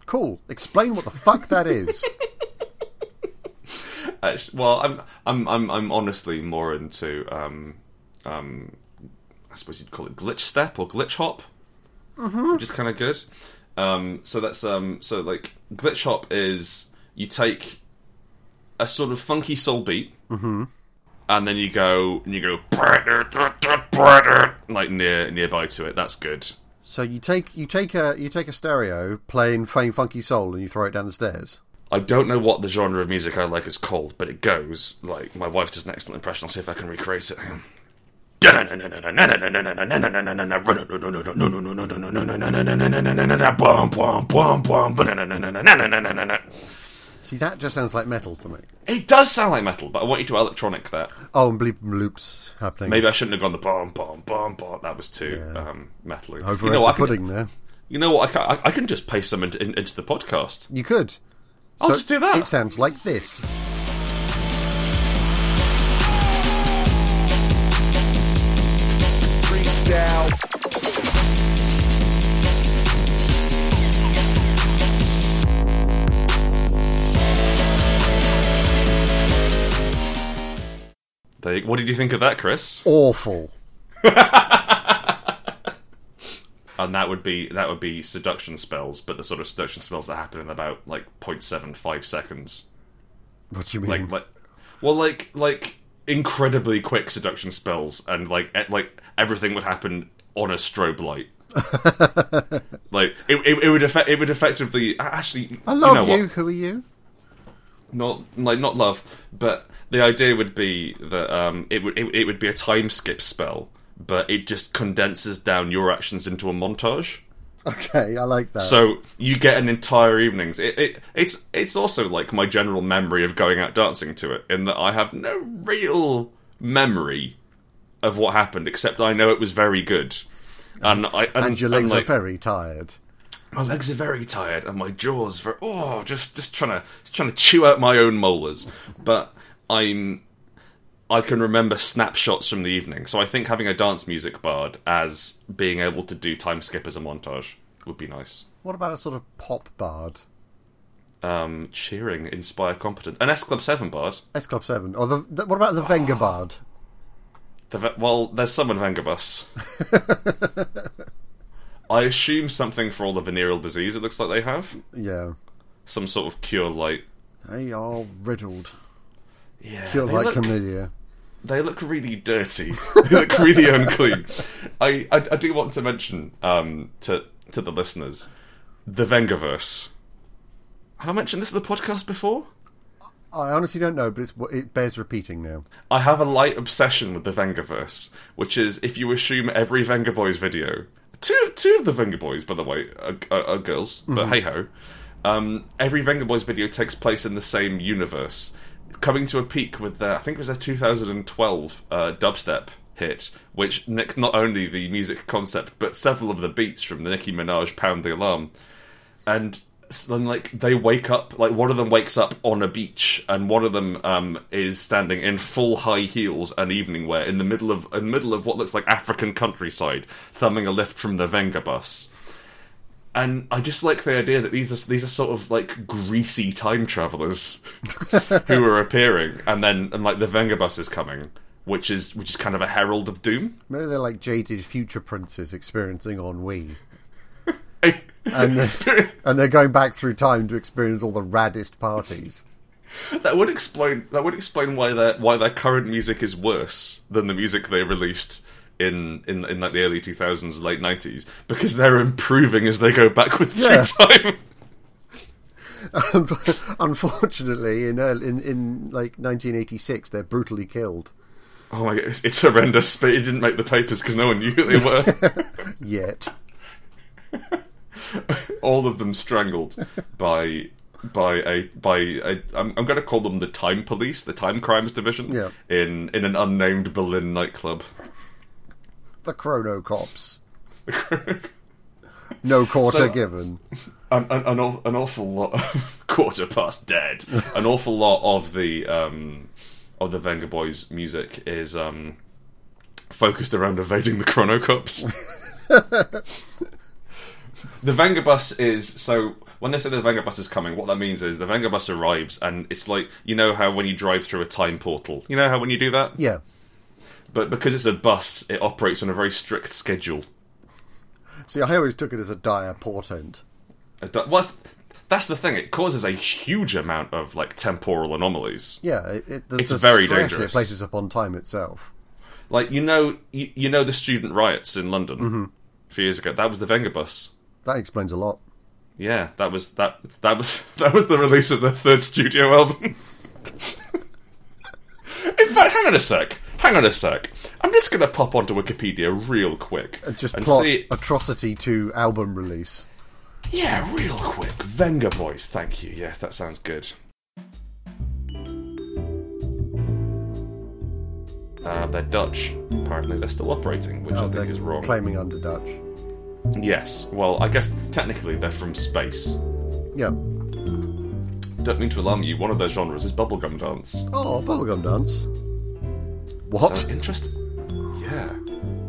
S2: Cool. Explain what the fuck that is.
S1: Uh, well, I'm I'm I'm I'm honestly more into um um I suppose you'd call it glitch step or glitch hop, which is kind of good. Um, so that's um so like glitch hop is you take a sort of funky soul beat, mm-hmm. and then you go and you go like near nearby to it. That's good.
S2: So you take you take a you take a stereo playing Fame Funky Soul and you throw it down the stairs.
S1: I don't know what the genre of music I like is called, but it goes like my wife does an excellent impression. I'll see if I can recreate it. Hang on.
S2: See, that just sounds like metal to me.
S1: It does sound like metal, but I want you to electronic that.
S2: Oh, and bleep and loops happening.
S1: Maybe I shouldn't have gone the bomb, bomb, bomb, bomb. That was too um, metal.
S2: over
S1: You know,
S2: the
S1: I can,
S2: pudding there.
S1: you know what? I can, I, I can just paste some into, in, into the podcast.
S2: You could.
S1: I'll just do that.
S2: It sounds like this.
S4: freestyle.
S1: There you- what did you think of that, Chris?
S2: Awful.
S1: And that would be that would be seduction spells, but the sort of seduction spells that happen in about like 0.75 seconds.
S2: What do you mean?
S1: like like well like like incredibly quick seduction spells and like e- like everything would happen on a strobe light like it, it, it would affect it would effectively a- actually
S2: I love you.
S1: know what?
S2: Who are you?
S1: not like not love but the idea would be that um it would it, it would be a time skip spell but it just condenses down your actions into a montage
S2: Okay, I like that.
S1: so you get an entire evenings. It, it it's it's also like my general memory of going out dancing to it, in that I have no real memory of what happened, except I know it was very good. And I and,
S2: and your legs
S1: and, like,
S2: are very tired.
S1: my legs are very tired and my jaws for oh just just trying to just trying to chew out my own molars but i'm i can remember snapshots from the evening so i think having a dance music bard as being able to do time skip as a montage would be nice
S2: What about a sort of pop bard?
S1: um, cheering, inspire competence. An S Club 7 bard.
S2: S Club 7. Or the, the, what about the Venga bard?
S1: The, ve- well, there's some in Vengabus. I assume something for all the venereal disease it looks like they have.
S2: Yeah.
S1: Some sort of cure light.
S2: They are riddled.
S1: Yeah,
S2: Pure
S1: they,
S2: like
S1: look,
S2: chlamydia.
S1: they look really dirty. they look really unclean. I, I, I do want to mention um, to, to the listeners the Vengaverse. Have I mentioned this in the podcast before?
S2: I honestly don't know, but it's, it bears repeating now.
S1: I have a light obsession with the Vengaverse, which is if you assume every Venga Boys video, two two of the Venga Boys, by the way, are, are, are girls, but hey ho, um, every Venga Boys video takes place in the same universe, coming to a peak with their I think it was their 2012 uh, dubstep hit, which nicked not only the music concept but several of the beats from the Nicki Minaj "Pound the Alarm." and s- then like they wake up like one of them wakes up on a beach and one of them um is standing in full high heels and evening wear in the middle of in the middle of what looks like african countryside thumbing a lift from the venga bus and i just like the idea that these are these are sort of like greasy time travelers who are appearing and then and like the venga bus is coming which is which is kind of a herald of doom
S2: Maybe they're like jaded future princes experiencing ennui. And they're, and they're going back through time to experience all the raddest parties.
S1: That would explain that would explain why their why their current music is worse than the music they released in in, in like the early two thousands, late nineties, because they're improving as they go backwards through
S2: Yeah.
S1: time.
S2: Unfortunately, in, early, in in like 1986, they're brutally killed.
S1: Oh my god, it's, it's horrendous, but it didn't make the papers because no one knew who they were.
S2: Yet,
S1: All of them strangled by by a by a I'm, I'm going to call them the time police, the time crimes division
S2: Yeah.
S1: in in an unnamed Berlin nightclub.
S2: the Chrono Cops. No quarter
S1: So-
S2: given.
S1: an, an, an, aw- an awful lot of quarter past dead. An awful lot of the um, of the Venga Boys music is um, focused around evading the Chrono Cops. the Venga Bus is so. When they say the Venga Bus is coming, what that means is the Venga Bus arrives, and it's like you know how when you drive through a time portal, you know how when you do that,
S2: Yeah,
S1: but because it's a bus, it operates on a very strict schedule.
S2: see, I always took it as a dire portent.
S1: It do- well, that's- that's the thing. It causes a huge amount of like temporal anomalies.
S2: Yeah, it, it, the,
S1: It's
S2: the
S1: very
S2: stress
S1: dangerous.
S2: It places upon time itself.
S1: Like you know, you, you know the student riots in London
S2: Mm-hmm.
S1: a few years ago. That was the Venga bus.
S2: That explains a lot.
S1: Yeah, that was that that was that was the release of their third studio album. in fact, hang on a sec. Hang on a sec. I'm just gonna pop onto Wikipedia real quick
S2: And Uh, just
S1: and
S2: plot
S1: see.
S2: atrocity to album release.
S1: Yeah, real quick. Venga Boys, thank you. Yes, that sounds good. Uh, they're Dutch. Apparently, they're still operating, which I
S2: Oh, They're
S1: think is wrong.
S2: Claiming under Dutch.
S1: Yes. Well, I guess technically they're from space.
S2: Yeah.
S1: Don't mean to alarm you. One of their genres is bubblegum dance.
S2: Oh, bubblegum dance. What?
S1: So interesting. Yeah.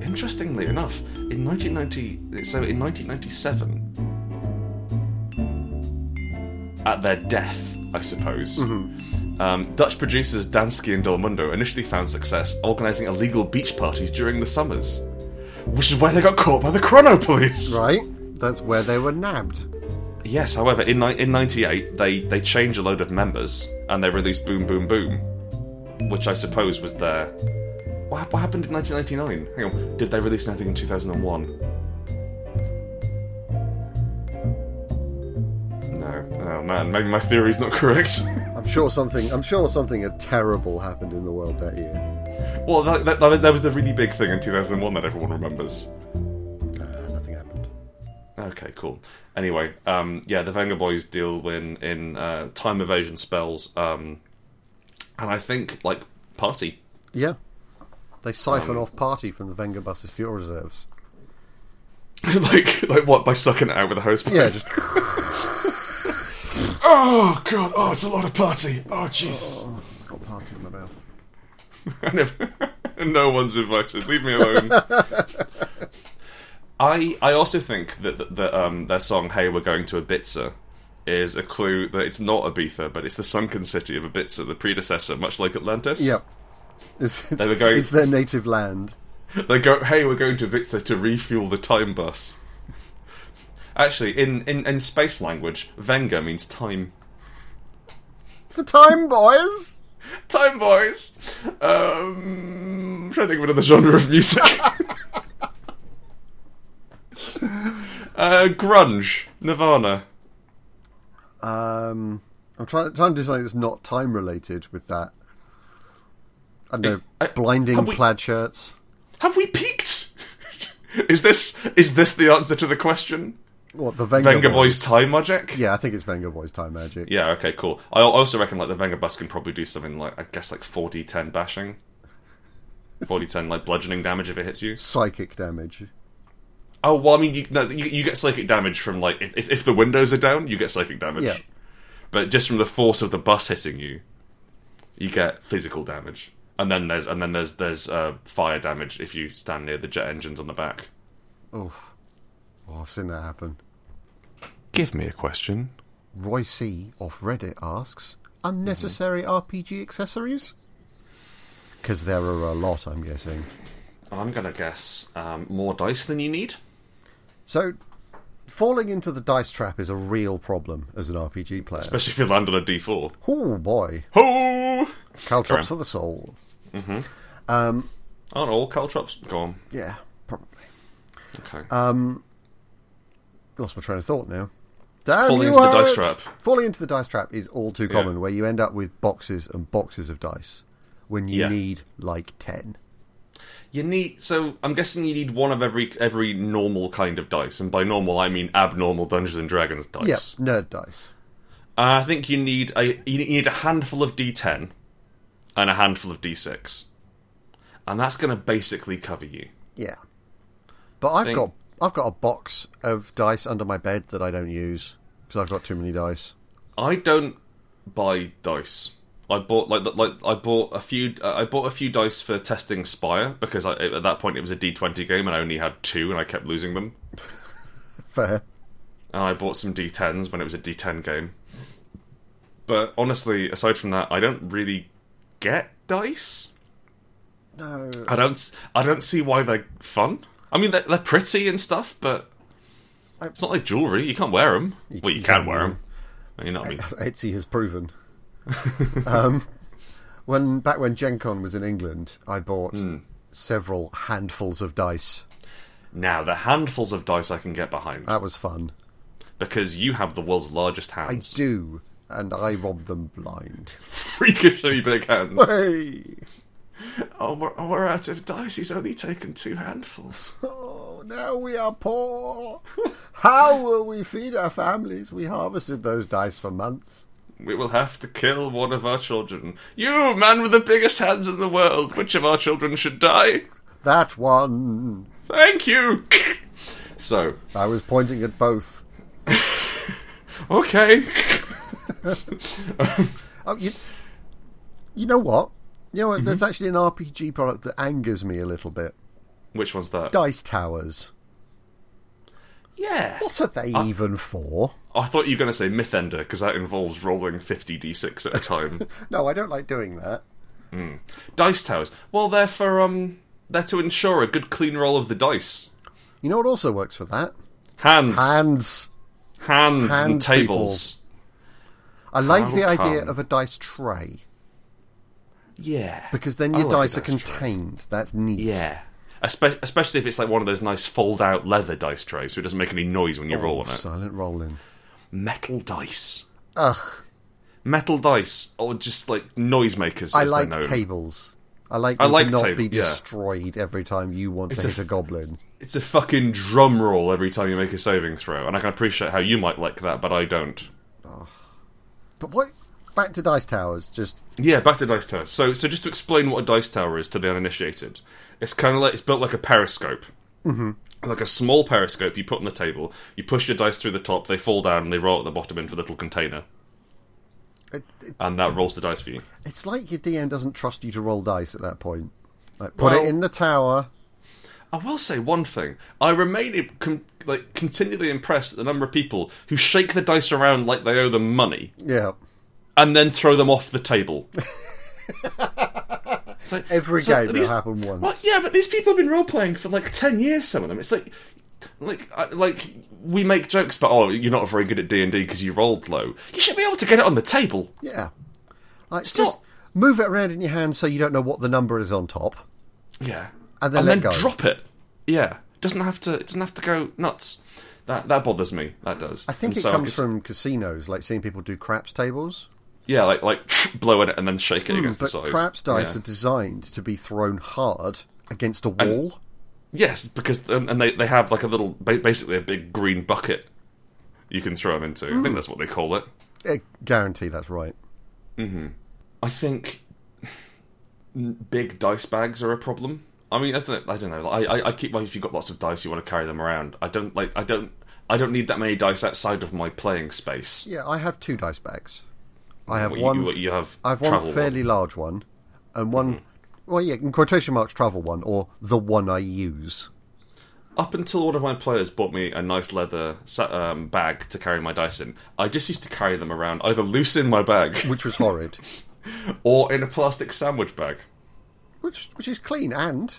S1: Interestingly enough, in 1990, so in 1997, at their death, I suppose,
S2: Mm-hmm.
S1: Um, Dutch producers Dansky and Delmondo initially found success organising illegal beach parties during the summers, which is where they got caught by the Chrono Police.
S2: Right? That's where they were nabbed.
S1: Yes, however, in ni- in '98 they they changed a load of members and they released Boom Boom Boom, which I suppose was their. What, hap- what happened in 1999? Hang on, did they release anything in 2001? No. Oh man, maybe my theory's not correct.
S2: I'm sure something. I'm sure something terrible happened in the world that year.
S1: well, that, that, that, that was the really big thing in 2001 that everyone remembers.
S2: Uh, nothing happened.
S1: Okay, cool. Anyway, um, yeah, the Venga Boys deal in in uh, time evasion spells, um, and I think like party.
S2: Yeah, they
S1: Um,
S2: siphon off party from the Venga bus's fuel reserves.
S1: like like what by sucking it out with a hose pipe?
S2: Yeah, just
S1: Oh god! Oh, it's a lot of party. Oh Jesus!
S2: got party in my mouth.
S1: And if- and no one's invited. Leave me alone. I I also think that that, that um, their song "Hey, We're Going to Ibiza" is a clue that it's not Ibiza, but it's the sunken city of Ibiza, the predecessor, much like Atlantis.
S2: Yep. It's,
S1: They were going-
S2: it's their native land.
S1: They go, hey, we're going to Vitsa to refuel the time bus. Actually, in, in, in space language, Venga means time.
S2: The time boys.
S1: Time boys! Um, I'm trying to think of another genre of music. uh, grunge, Nirvana.
S2: Um, I'm trying trying to do something that's not time related with that. I don't know.
S1: I-
S2: blinding
S1: have we-
S2: plaid shirts.
S1: Have we peaked? is this is this the answer to the question?
S2: What the Venga,
S1: Venga Boys time magic?
S2: Yeah, I think it's Venga Boys time magic.
S1: Yeah, okay, cool. I al- also reckon like the Venga Bus can probably do something like I guess like 4d10 bashing. 4d10 like bludgeoning damage if it hits you.
S2: Psychic damage.
S1: Oh well, I mean you no, you, you get psychic damage from like if, if if the windows are down, you get psychic damage.
S2: Yeah.
S1: But just from the force of the bus hitting you, you get physical damage. And then there's and then there's there's uh, fire damage if you stand near the jet engines on the back.
S2: Oof. Oh, I've seen that happen.
S1: Give me a question.
S2: Roy C off Reddit asks unnecessary
S1: Mm-hmm.
S2: RPG accessories because there are a lot, I'm guessing.
S1: I'm gonna guess um, more dice than you need.
S2: So, falling into the dice trap is a real problem as an RPG player.
S1: Especially if you land on a D4.
S2: oh boy,
S1: Ho!
S2: caltrops for the soul.
S1: Aren't all caltrops? Go on.
S2: Yeah, probably.
S1: Okay.
S2: Lost my train of thought now. Damn
S1: Falling
S2: you,
S1: into the dice
S2: Howard!
S1: trap.
S2: Falling into the dice trap is all too common, where you end up with boxes and boxes of dice when you
S1: Yeah.
S2: need like ten.
S1: You need so I'm guessing you need one of every every normal kind of dice, and by normal I mean abnormal Dungeons and Dragons
S2: Yep,
S1: dice.
S2: nerd dice.
S1: Uh, I think you need a you ne- you need a handful of D10 and a handful of D6, and that's going to basically cover you.
S2: Yeah. But I've
S1: Think-
S2: got I've got a box of dice under my bed that I don't use because I've got too many dice.
S1: I don't buy dice. I bought like like I bought a few uh, I bought a few dice for testing Spire because I, at that point it was a D20 game and I only had two and I kept losing them.
S2: Fair.
S1: and I bought some D10s when it was a D10 game. But honestly, aside from that, I don't really get dice.
S2: No.
S1: I don't. s- I don't see why they're fun. I mean, they're, they're pretty and stuff, but it's not like jewelry. You can't wear them. well, you
S2: you
S1: can
S2: can,
S1: wear them. You know what I mean?
S2: Etsy has proven. um, when back when Gen Con was in England, I bought several handfuls of dice.
S1: Now the handfuls of dice I can get behind
S2: That was fun.
S1: because you have the world's largest
S2: I
S1: hands,
S2: do, and I robbed them blind.
S1: freakishly big hands.
S2: Hey.
S1: oh, we're, oh, we're out of dice. He's only taken two handfuls.
S2: Oh, now we are poor. How will we feed our families? We harvested those dice for months.
S1: We will have to kill one of our children. You, man with the biggest hands in the world, which of our children should die?
S2: That one
S1: Thank you! so,
S2: I was pointing at both.
S1: okay.
S2: Oh, you, you know what? You know what? There's actually an RPG product that angers me a little bit.
S1: Which one's that?
S2: Dice towers.
S1: Yeah.
S2: What are they
S1: Ah.
S2: even for?
S1: I thought you were going to say Mythender because that involves rolling 50 d6 at a time.
S2: No, I don't like doing that.
S1: dice towers. Well, they're for um, they're to ensure a good clean roll of the dice.
S2: You know what also works for that?
S1: Hands,
S2: Hands.
S1: hands, and
S2: hands,
S1: tables.
S2: I like the
S1: How
S2: idea
S1: come?
S2: of a dice tray
S1: Yeah,
S2: because then
S1: I
S2: your
S1: like Oh, a
S2: dice are
S1: dice tray.
S2: contained. That's neat.
S1: Yeah, Espe- especially if it's like one of those nice fold-out leather dice trays, so it doesn't make any noise
S2: Oh,
S1: when you roll on it.
S2: Silent rolling.
S1: Metal dice,
S2: Ugh.
S1: metal dice, or just like noisemakers.
S2: I
S1: as
S2: like
S1: they're known.
S2: tables. I like
S1: I
S2: them
S1: like
S2: to not
S1: table-
S2: be
S1: yeah.
S2: destroyed every time you want to
S1: a
S2: hit a goblin.
S1: It's a fucking drum roll every time you make a saving throw, and I can appreciate how you might like that, but I don't.
S2: But what? Back to dice towers. Just
S1: Yeah, back to dice towers. So, so just to explain what a dice tower is to the uninitiated, it's kind of like it's built like a periscope, mm-hmm. like a small periscope you put on the table. You push your dice through the top, they fall down, and they roll at the bottom into a little container,
S2: it, it,
S1: and that rolls the dice for you.
S2: it's like your DM doesn't trust you to roll dice at that point. Like put
S1: Well-
S2: it in the tower.
S1: I will say one thing: I remain im- com- like continually impressed at the number of people who shake the dice around like they owe them money,
S2: Yeah.
S1: and then throw them off the table. It's like-
S2: Every
S1: so
S2: game
S1: these-
S2: that happened once.
S1: Well, yeah, but these people have been role playing for like ten years. Some of them. It's like, like, I- like we make jokes, but oh, you're not very good at D and D because you rolled low. You should be able to get it on the table.
S2: Yeah. Like just
S1: not-
S2: move it around in your hand so you don't know what the number is on top.
S1: Yeah,
S2: And then let go.
S1: drop it. Yeah, doesn't have to. It doesn't have to go nuts. That that bothers me. That does.
S2: I think it comes from casinos, like seeing people do craps tables.
S1: yeah, like like blowing it and then shake it against
S2: But
S1: the side.
S2: craps Mm, dice
S1: Yeah.
S2: are designed to be thrown hard against a wall.
S1: Yes, because and and they they have like a little ba- basically a big green bucket you can throw them into. I
S2: Mm.
S1: think that's what they call it.
S2: I guarantee that's right.
S1: I think big dice bags are a problem. I mean, I don't, I don't know. I, I, I keep like if you've got lots of dice, you want to carry them around. I don't like. I don't. I don't need that many dice outside of my playing space.
S2: Yeah, I have two dice bags. I have
S1: What you-
S2: one.
S1: what you have
S2: I have one
S1: travel Mm-hmm.
S2: fairly large one, and one. Well, yeah, in quotation marks, travel one or the one I use.
S1: Up until one of my players bought me a nice leather sa- um, bag to carry my dice in, I just used to carry them around either loose in my bag
S2: Which was horrid.
S1: or in a plastic sandwich bag.
S2: which which is clean and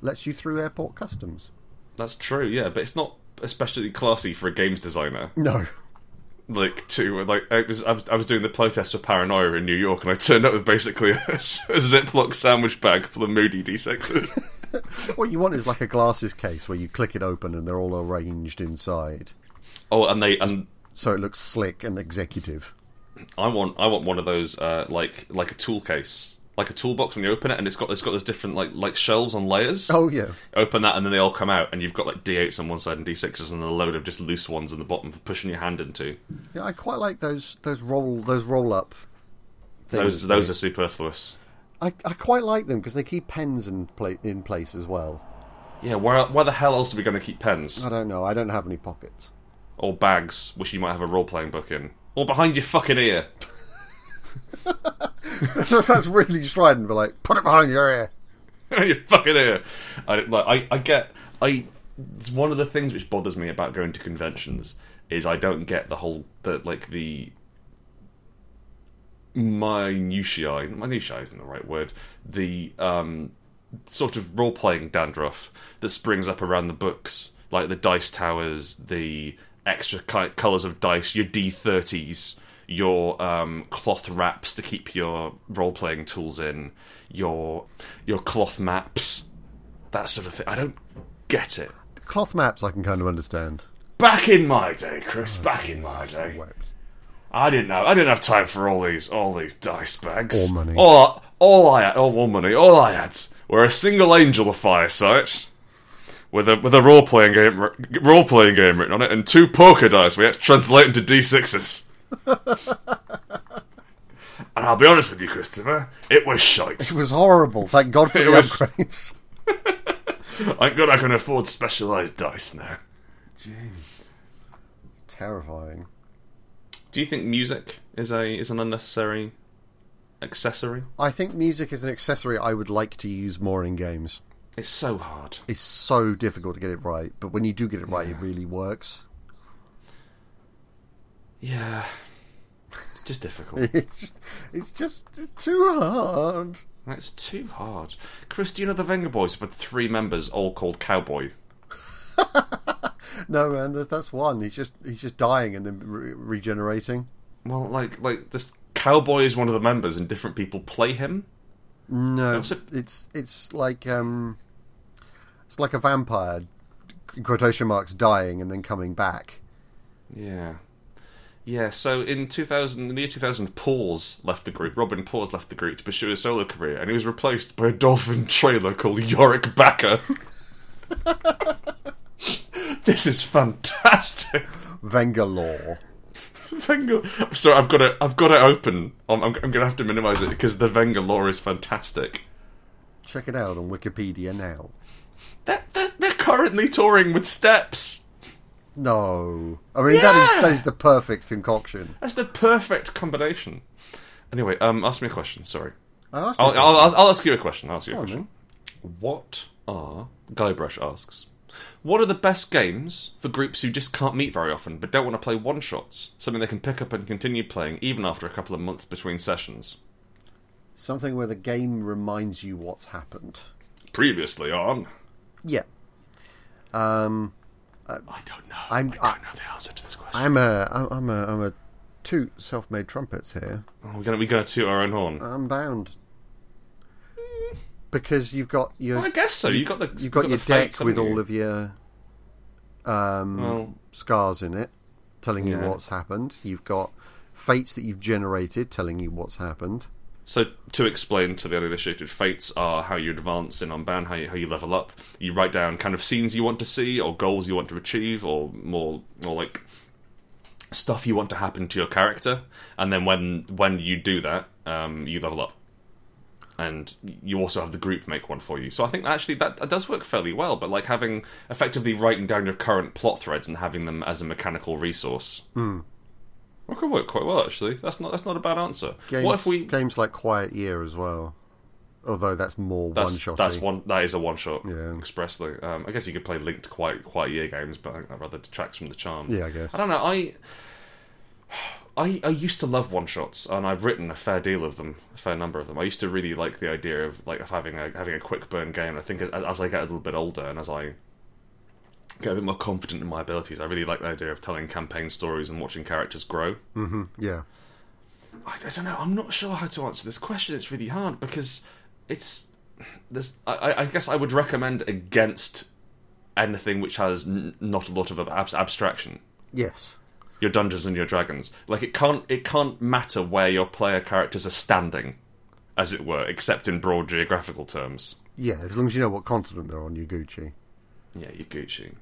S2: lets you through airport customs.
S1: That's true, yeah, but it's not especially classy for a games designer.
S2: No.
S1: Like to like I was I was, I was doing the playtest for Paranoia in New York, and I turned up with basically a, s- a Ziploc sandwich bag full of moody d6s.
S2: What you want is like a glasses case where you click it open and they're all arranged inside.
S1: oh, and they and
S2: So it looks slick and executive.
S1: I want I want one of those uh, like like a tool case, like a toolbox when you open it, and it's got it's got those different like like shelves on layers.
S2: Oh yeah.
S1: Open that, and then they all come out, and you've got like d8s on one side and d6s, and then a load of just loose ones on the bottom for pushing your hand into.
S2: Yeah, I quite like those those roll those roll up things.
S1: Those those are superfluous.
S2: I, I quite like them because they keep pens in pla in place as well.
S1: Yeah, where where the hell else are we going to keep pens?
S2: I don't know. I don't have any pockets.
S1: or bags, which you might have a role playing book in, or behind your fucking ear.
S2: That's really strident, but like put it behind your ear.
S1: your fucking ear. I don't- like. I, I get. I. It's one of the things which bothers me about going to conventions is I don't get the whole the like the minutiae. Minutiae isn't the right word. The um sort of role playing dandruff that springs up around the books, like the dice towers, the extra ki- colours of dice, your D30s, your um, cloth wraps to keep your role playing tools in, your your cloth maps, that sort of thing. I don't get it.
S2: The cloth maps I can kind of understand.
S1: Back in my day, Chris. Back in my day,
S2: Webs.
S1: I didn't know. I didn't have time for all these all these dice bags.
S2: Or money.
S1: All, all I had, oh, all, all money. All I had were a single angel of firesight with a with a role playing game role playing game written on it and two poker dice we had to translate into d sixes. and I'll be honest with you, Christopher, it was shite.
S2: It was horrible. Thank God for
S1: It
S2: the
S1: was-
S2: upgrades.
S1: Thank God I can afford specialized dice now.
S2: Terrifying.
S1: Do you think music is a is an unnecessary accessory?
S2: I think music is an accessory I would like to use more in games.
S1: It's so hard.
S2: It's so difficult to get it right, but when you do get it right, it really works.
S1: Yeah. It's just difficult.
S2: It's just, it's just it's too hard.
S1: That's too hard. Christina the Venga Boys have had three members all called Cowboy.
S2: No, man, that- that's one. He's just he's just dying and then re- regenerating.
S1: Well, like like this Cowboy is one of the members and different people play him.
S2: No,
S1: so-
S2: it's it's like um, it's like a vampire, in quotation marks, dying and then coming back.
S1: Yeah. Yeah, so in 2000, in the year 2000, Paws left the group. Robin Paws left the group to pursue a solo career, and he was replaced by a dolphin trailer called Yorick Backer. this is fantastic.
S2: Vengalore.
S1: Venga, so I've got to, I've got to open. I'm, I'm, I'm going to have to minimise it because the Venga lore is fantastic.
S2: Check it out on Wikipedia now.
S1: They're, they're, they're currently touring with Steps.
S2: No, I mean that
S1: Yeah!
S2: is that is the perfect concoction.
S1: That's the perfect combination. Anyway, um, ask me a question. Sorry,
S2: I asked
S1: I'll,
S2: you-
S1: I'll, I'll, I'll ask you a question. I'll ask you a
S2: Go on,
S1: question.
S2: then.
S1: What are Guybrush asks? What are the best games for groups who just can't meet very often but don't want to play one shots? Something they can pick up and continue playing even after a couple of months between sessions.
S2: Something where the game reminds you what's happened.
S1: Previously on,
S2: Yeah. Um,
S1: I don't know.
S2: I'm-
S1: I
S2: I-
S1: don't know the answer to this question.
S2: I'm a I'm- I'm a I'm a two self-made trumpets here.
S1: Oh, we're gonna we're gonna toot our own horn.
S2: I'm bound because you've got your
S1: I guess so. You got the
S2: you've got your
S1: the
S2: deck
S1: fates,
S2: with
S1: haven't
S2: all
S1: you?
S2: of your um,
S1: Well-
S2: scars in it, telling you
S1: Yeah.
S2: what's happened. You've got fates that you've generated, telling you what's happened.
S1: So to explain to the uninitiated, fates are how you advance in Unbound, how you, how you level up. You write down kind of scenes you want to see, or goals you want to achieve, or more or like stuff you want to happen to your character. And then when when you do that, um, you level up, and you also have the group make one for you. So I think actually that, that does work fairly well. But like having effectively writing down your current plot threads and having them as a mechanical resource. That could work quite well, actually. That's not that's not a bad answer.
S2: Games,
S1: what if we
S2: games like Quiet Year as well? Although that's more
S1: that's,
S2: one shot.
S1: That's one. That is a one shot.
S2: Yeah.
S1: Expressly. Um, I guess you could play linked quite quite year games, but I think that rather detracts from the charm.
S2: Yeah, I guess.
S1: I don't know. I. I, I used to love one shots, and I've written a fair deal of them, a fair number of them. I used to really like the idea of like of having a having a quick burn game. I think as, as I get a little bit older and as I get a bit more confident in my abilities, I really like the idea of telling campaign stories and watching characters grow.
S2: Yeah.
S1: I, I don't know. I'm not sure how to answer this question. It's really hard because it's this. I- I, I guess I would recommend against anything which has n- not a lot of ab- abstraction.
S2: Yes.
S1: Your Dungeons and Your Dragons, like it can't it can't matter where your player characters are standing, as it were, except in broad geographical terms.
S2: Yeah, as long as you know what continent they're on, you Gucci.
S1: Yeah, you're Gucci.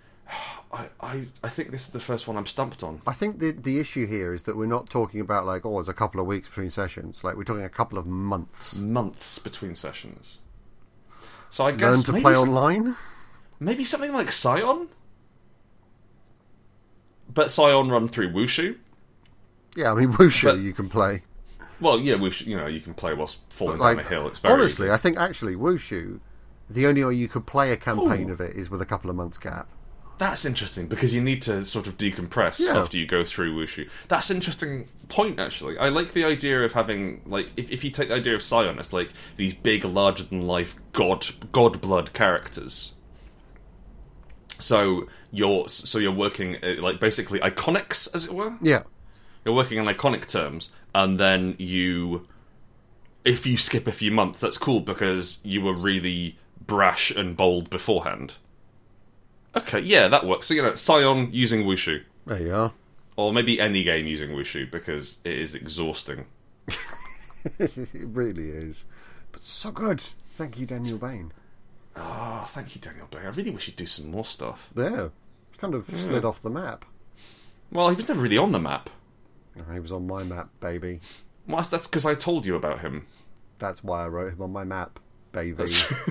S1: I, I I think this is the first one I'm stumped on.
S2: I think the the issue here is that we're not talking about like oh, it's a couple of weeks between sessions. Like we're talking a couple of months.
S1: Months between sessions, so I guess
S2: Learn to
S1: maybe
S2: play
S1: s-
S2: online.
S1: Maybe something like Scion? But Scion run through Wushu?
S2: Yeah, I mean Wushu
S1: But-
S2: you can play.
S1: Well, yeah, Wushu, you know, you can play whilst falling
S2: Like
S1: down a hill. It's very
S2: honestly,
S1: easy.
S2: I think actually Wushu, the only way you could play a campaign
S1: Ooh.
S2: of it is with a couple of months gap.
S1: That's interesting because you need to sort of decompress
S2: Yeah.
S1: after you go through Wushu. That's an interesting point, actually. I like the idea of having, like, if, if you take the idea of Scion, it's like these big, larger than life god god blood characters. So you're so you're working uh, like basically iconics, as it were.
S2: Yeah,
S1: you're working in iconic terms, and then you, if you skip a few months, that's cool because you were really brash and bold beforehand. Okay, yeah, that works. So you know, Scion using Wushu,
S2: there you are.
S1: or maybe any game using Wushu because it is exhausting.
S2: it really is, but so good. Thank you, Daniel Bain.
S1: Oh, thank you, Daniel Bay. I really wish you'd do some more stuff.
S2: There, kind of slid off the map.
S1: Well, he was never really on the map.
S2: Oh, He was on my map, baby.
S1: Well, that's- that's because I told you about him.
S2: That's why I wrote him on my map, baby.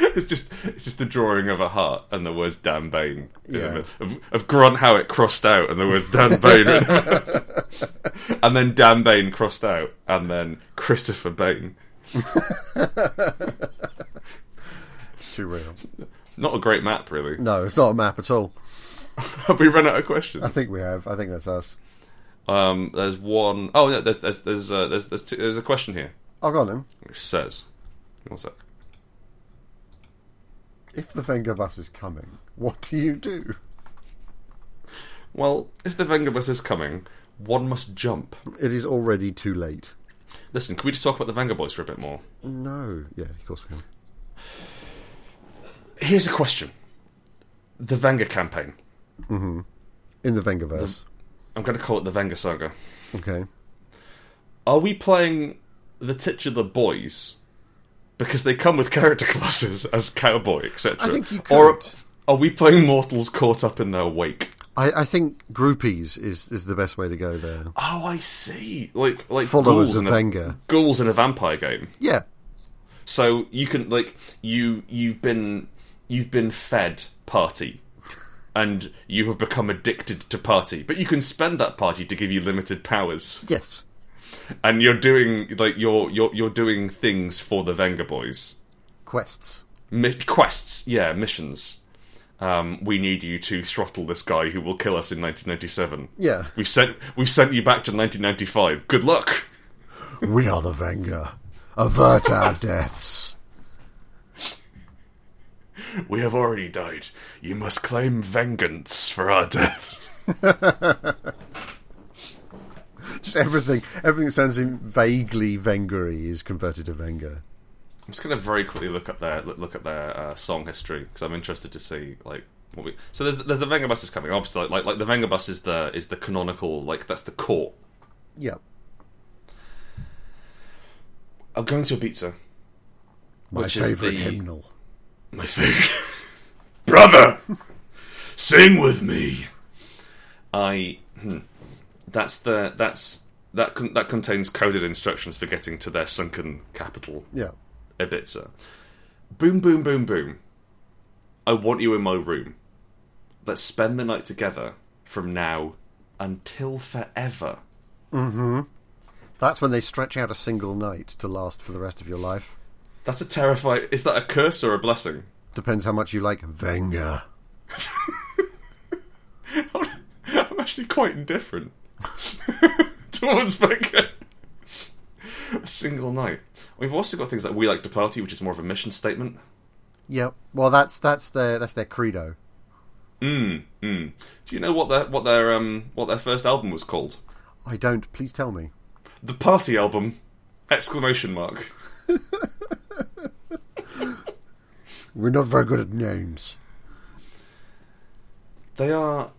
S1: It's just it's just a drawing of a heart and the words Dan Bain. in the
S2: Yeah.
S1: middle. Of, of Grunt Howitt crossed out and the words Dan Bain. in it. and then Dan Bain crossed out and then Christopher Bain.
S2: too real.
S1: Not a great map, really.
S2: No, it's not a map at all.
S1: Have we run out of questions?
S2: I think we have. I think that's us.
S1: Um, there's one oh yeah, there's there's there's uh, there's there's, two, there's a question here
S2: I'll Oh, go on then.
S1: which says, one sec.
S2: If the Venga bus is coming, what do you do?
S1: Well, if the Vengabus is coming, one must jump.
S2: It is already too late.
S1: Listen, can we just talk about the Vengaboys for a bit more?
S2: No. Yeah, of course we can.
S1: Here's a question: the Venga campaign.
S2: In the Vengaverse.
S1: I'm going to call it the Venga saga.
S2: Okay.
S1: Are we playing the titular boys because they come with character classes as cowboy, etc.?
S2: I think you
S1: Or
S2: could.
S1: are we playing mortals caught up in their wake?
S2: I, I think groupies is, is the best way to go there.
S1: Oh, I see. Like like
S2: Followers
S1: ghouls
S2: of
S1: in a,
S2: Venga.
S1: ghouls in a vampire game.
S2: Yeah.
S1: So you can like you you've been you've been fed party. And you have become addicted to party, but you can spend that party to give you limited powers.
S2: Yes.
S1: And you're doing like you're you're you're doing things for the Venga boys.
S2: Quests.
S1: mi- quests, yeah, missions. Um, we need you to throttle this guy who will kill us in 1997.
S2: Yeah.
S1: We've sent we've sent you back to 1995. Good luck.
S2: we are the Venga. Avert our deaths.
S1: We have already died. You must claim vengeance for our death.
S2: Just everything. Everything that sounds in vaguely Vengery is converted to Venga.
S1: I'm just going to very quickly look up their look at their uh, song history because I'm interested to see like what we. So there's there's the Vengabus is coming. Obviously, like, like like the Vengabus is the is the canonical like that's the core.
S2: Yep.
S1: I'm going to Ibiza.
S2: My
S1: Which is
S2: favourite
S1: the-
S2: hymnal.
S1: my favorite brother sing with me i hmm. that's the that's that con- that contains coded instructions for getting to their sunken capital
S2: Yeah.
S1: ibiza boom boom boom boom i want you in my room let's spend the night together from now until forever
S2: That's when they stretch out a single night to last for the rest of your life.
S1: that's a terrifying is that a curse or a blessing
S2: Depends how much you like Venga.
S1: I'm actually quite indifferent towards Becca. A single night. We've also got things like we like to party, which is more of a mission statement.
S2: Yep. Well, that's that's their that's their credo.
S1: Mm. Do you know what their what their um what their first album was called?
S2: I don't. Please tell me.
S1: The Party Album! Exclamation mark.
S2: We're not very good at names.
S1: They are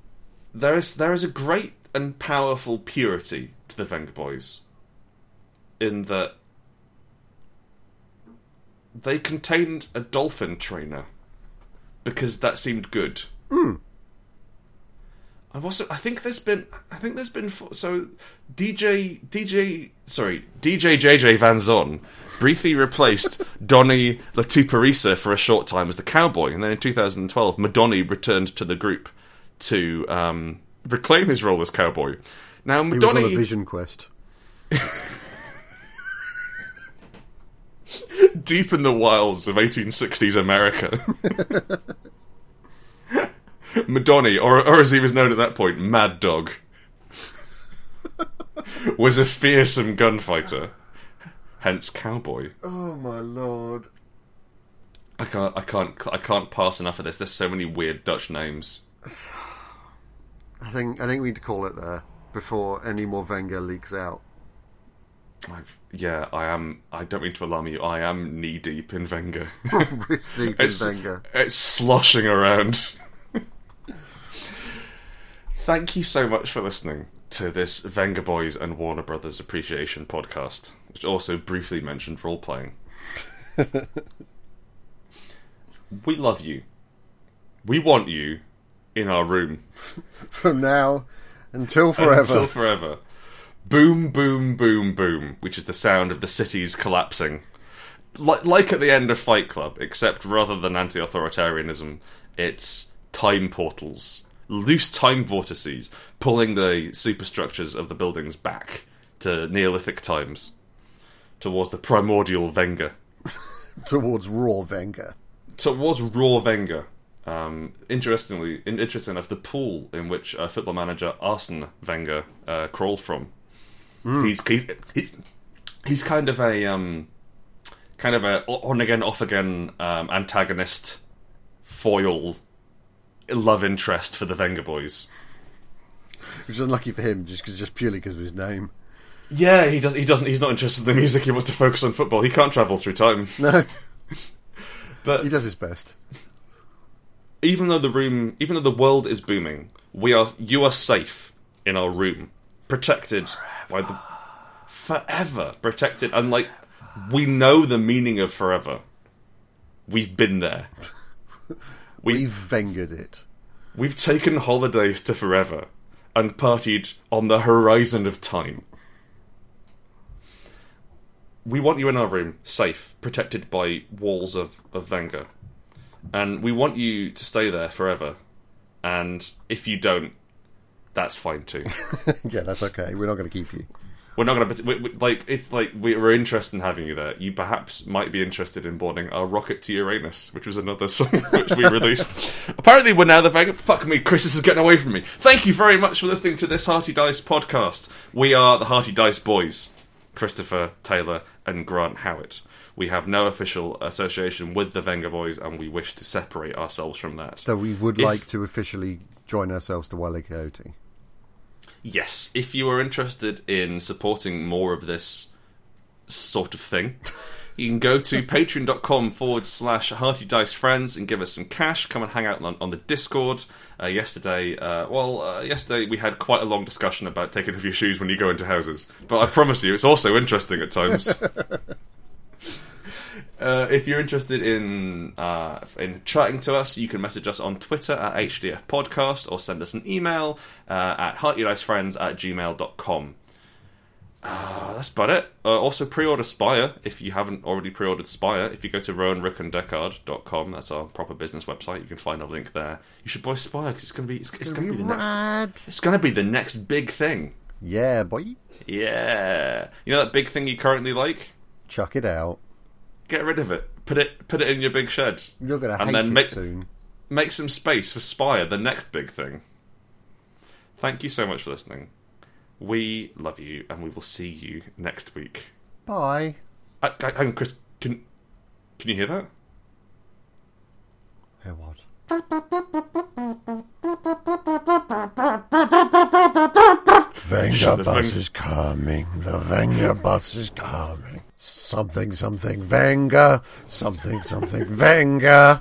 S1: there is there is a great and powerful purity to the Venga Boys. In that they contained a dolphin trainer because that seemed good.
S2: Hmm.
S1: I've also I think there's been I think there's been fo- so DJ DJ sorry DJ JJ Van Zon briefly replaced Donny Latuparisa for a short time as the cowboy and then in 2012 Madonna returned to the group to um, reclaim his role as cowboy. Now
S2: He was on
S1: Madonna
S2: a vision quest.
S1: deep in the wilds of 1860s America. Madonna, or, or as he was known at that point, Mad Dog, was a fearsome gunfighter, hence cowboy.
S2: Oh my lord!
S1: I can't, I can't, I can't pass enough of this. There's so many weird Dutch names.
S2: I think I think we need to call it there before any more Venga leaks out.
S1: I've, yeah, I am. I don't mean to alarm you. I am knee deep in Venga.
S2: Rich deep in
S1: It's,
S2: Venga.
S1: it's sloshing around. Thank you so much for listening to this Venga Boys and Warner Brothers Appreciation podcast, which also briefly mentioned role playing. we love you. We want you in our room
S2: From now until forever.
S1: until forever. Boom, boom, boom, boom, which is the sound of the cities collapsing. Like, like at the end of Fight Club, except rather than anti authoritarianism, it's time portals, loose time vortices, pulling the superstructures of the buildings back to Neolithic times, towards the primordial Venga.
S2: towards raw Venga.
S1: so it was Raw Wenger. Um, interestingly, in, interesting enough, the pool in which uh, football manager Arsene Wenger uh, crawled from. He's, he's he's he's kind of a um, kind of a on again off again um, antagonist foil love interest for the Wenger boys.
S2: Which is unlucky for him, just 'cause- just purely because of his name.
S1: Yeah, he does. He doesn't. He's not interested in the music. He wants to focus on football. He can't travel through time.
S2: No,
S1: But
S2: he does his best.
S1: even though the room, even though the world is booming, we are you are safe in our room, protected by the forever protected. And like we know the meaning of forever. We've been there.
S2: He vengered it.
S1: We've taken holidays to forever and partied on the horizon of time. We want you in our room, safe, protected by walls of, of Venga. And we want you to stay there forever. And if you don't, that's fine too.
S2: yeah, that's okay. We're not going to keep you.
S1: We're not going to we, we, like it's like we we're interested in having you there. You perhaps might be interested in boarding our rocket to Uranus, which was another song which we released. Apparently, we're now the Vega. Fuck me, Chris this is getting away from me. Thank you very much for listening to this Hearty Dice podcast. We are the Hearty Dice Boys, Christopher Taylor and Grant Howitt. We have no official association with the Venga Boys, and we wish to separate ourselves from that.
S2: So we would
S1: If-
S2: like to officially join ourselves to Wile E. Coyote.
S1: yes, if you are interested in supporting more of this sort of thing, you can go to patreon.com forward slash hearty dice friends and give us some cash. Come and hang out on, on the Discord. Uh, yesterday, uh, well, uh, yesterday we had quite a long discussion about taking off your shoes when you go into houses. But I promise you, it's also interesting at times. Uh, if you're interested in uh, in chatting to us, you can message us on Twitter at HDF Podcast or send us an email uh, at heartynicefriends at gmail.com. Uh, that's about it. Uh, also, pre order Spire if you haven't already pre ordered Spire. If you go to rowanrickanddeckard.com, that's our proper business website, you can find a link there. You should buy Spire because it's going to be, it's, it's gonna be the next.
S2: Rad.
S1: It's going to be the next big thing.
S2: Yeah, boy.
S1: Yeah. You know that big thing you currently like?
S2: Chuck it out.
S1: Get rid of it. Put it put it in your big shed.
S2: You're going to
S1: And
S2: hate
S1: then
S2: it
S1: make-
S2: soon.
S1: make some space for Spire, the next big thing. Thank you so much for listening. We love you, and we will see you next week.
S2: Bye.
S1: I, I, hang on, Chris, can can you hear that?
S2: Hey, what? Venga
S1: the bus Veng-
S2: is coming. The Venga bus is coming. Something, something, Venga. Something, something, Venga.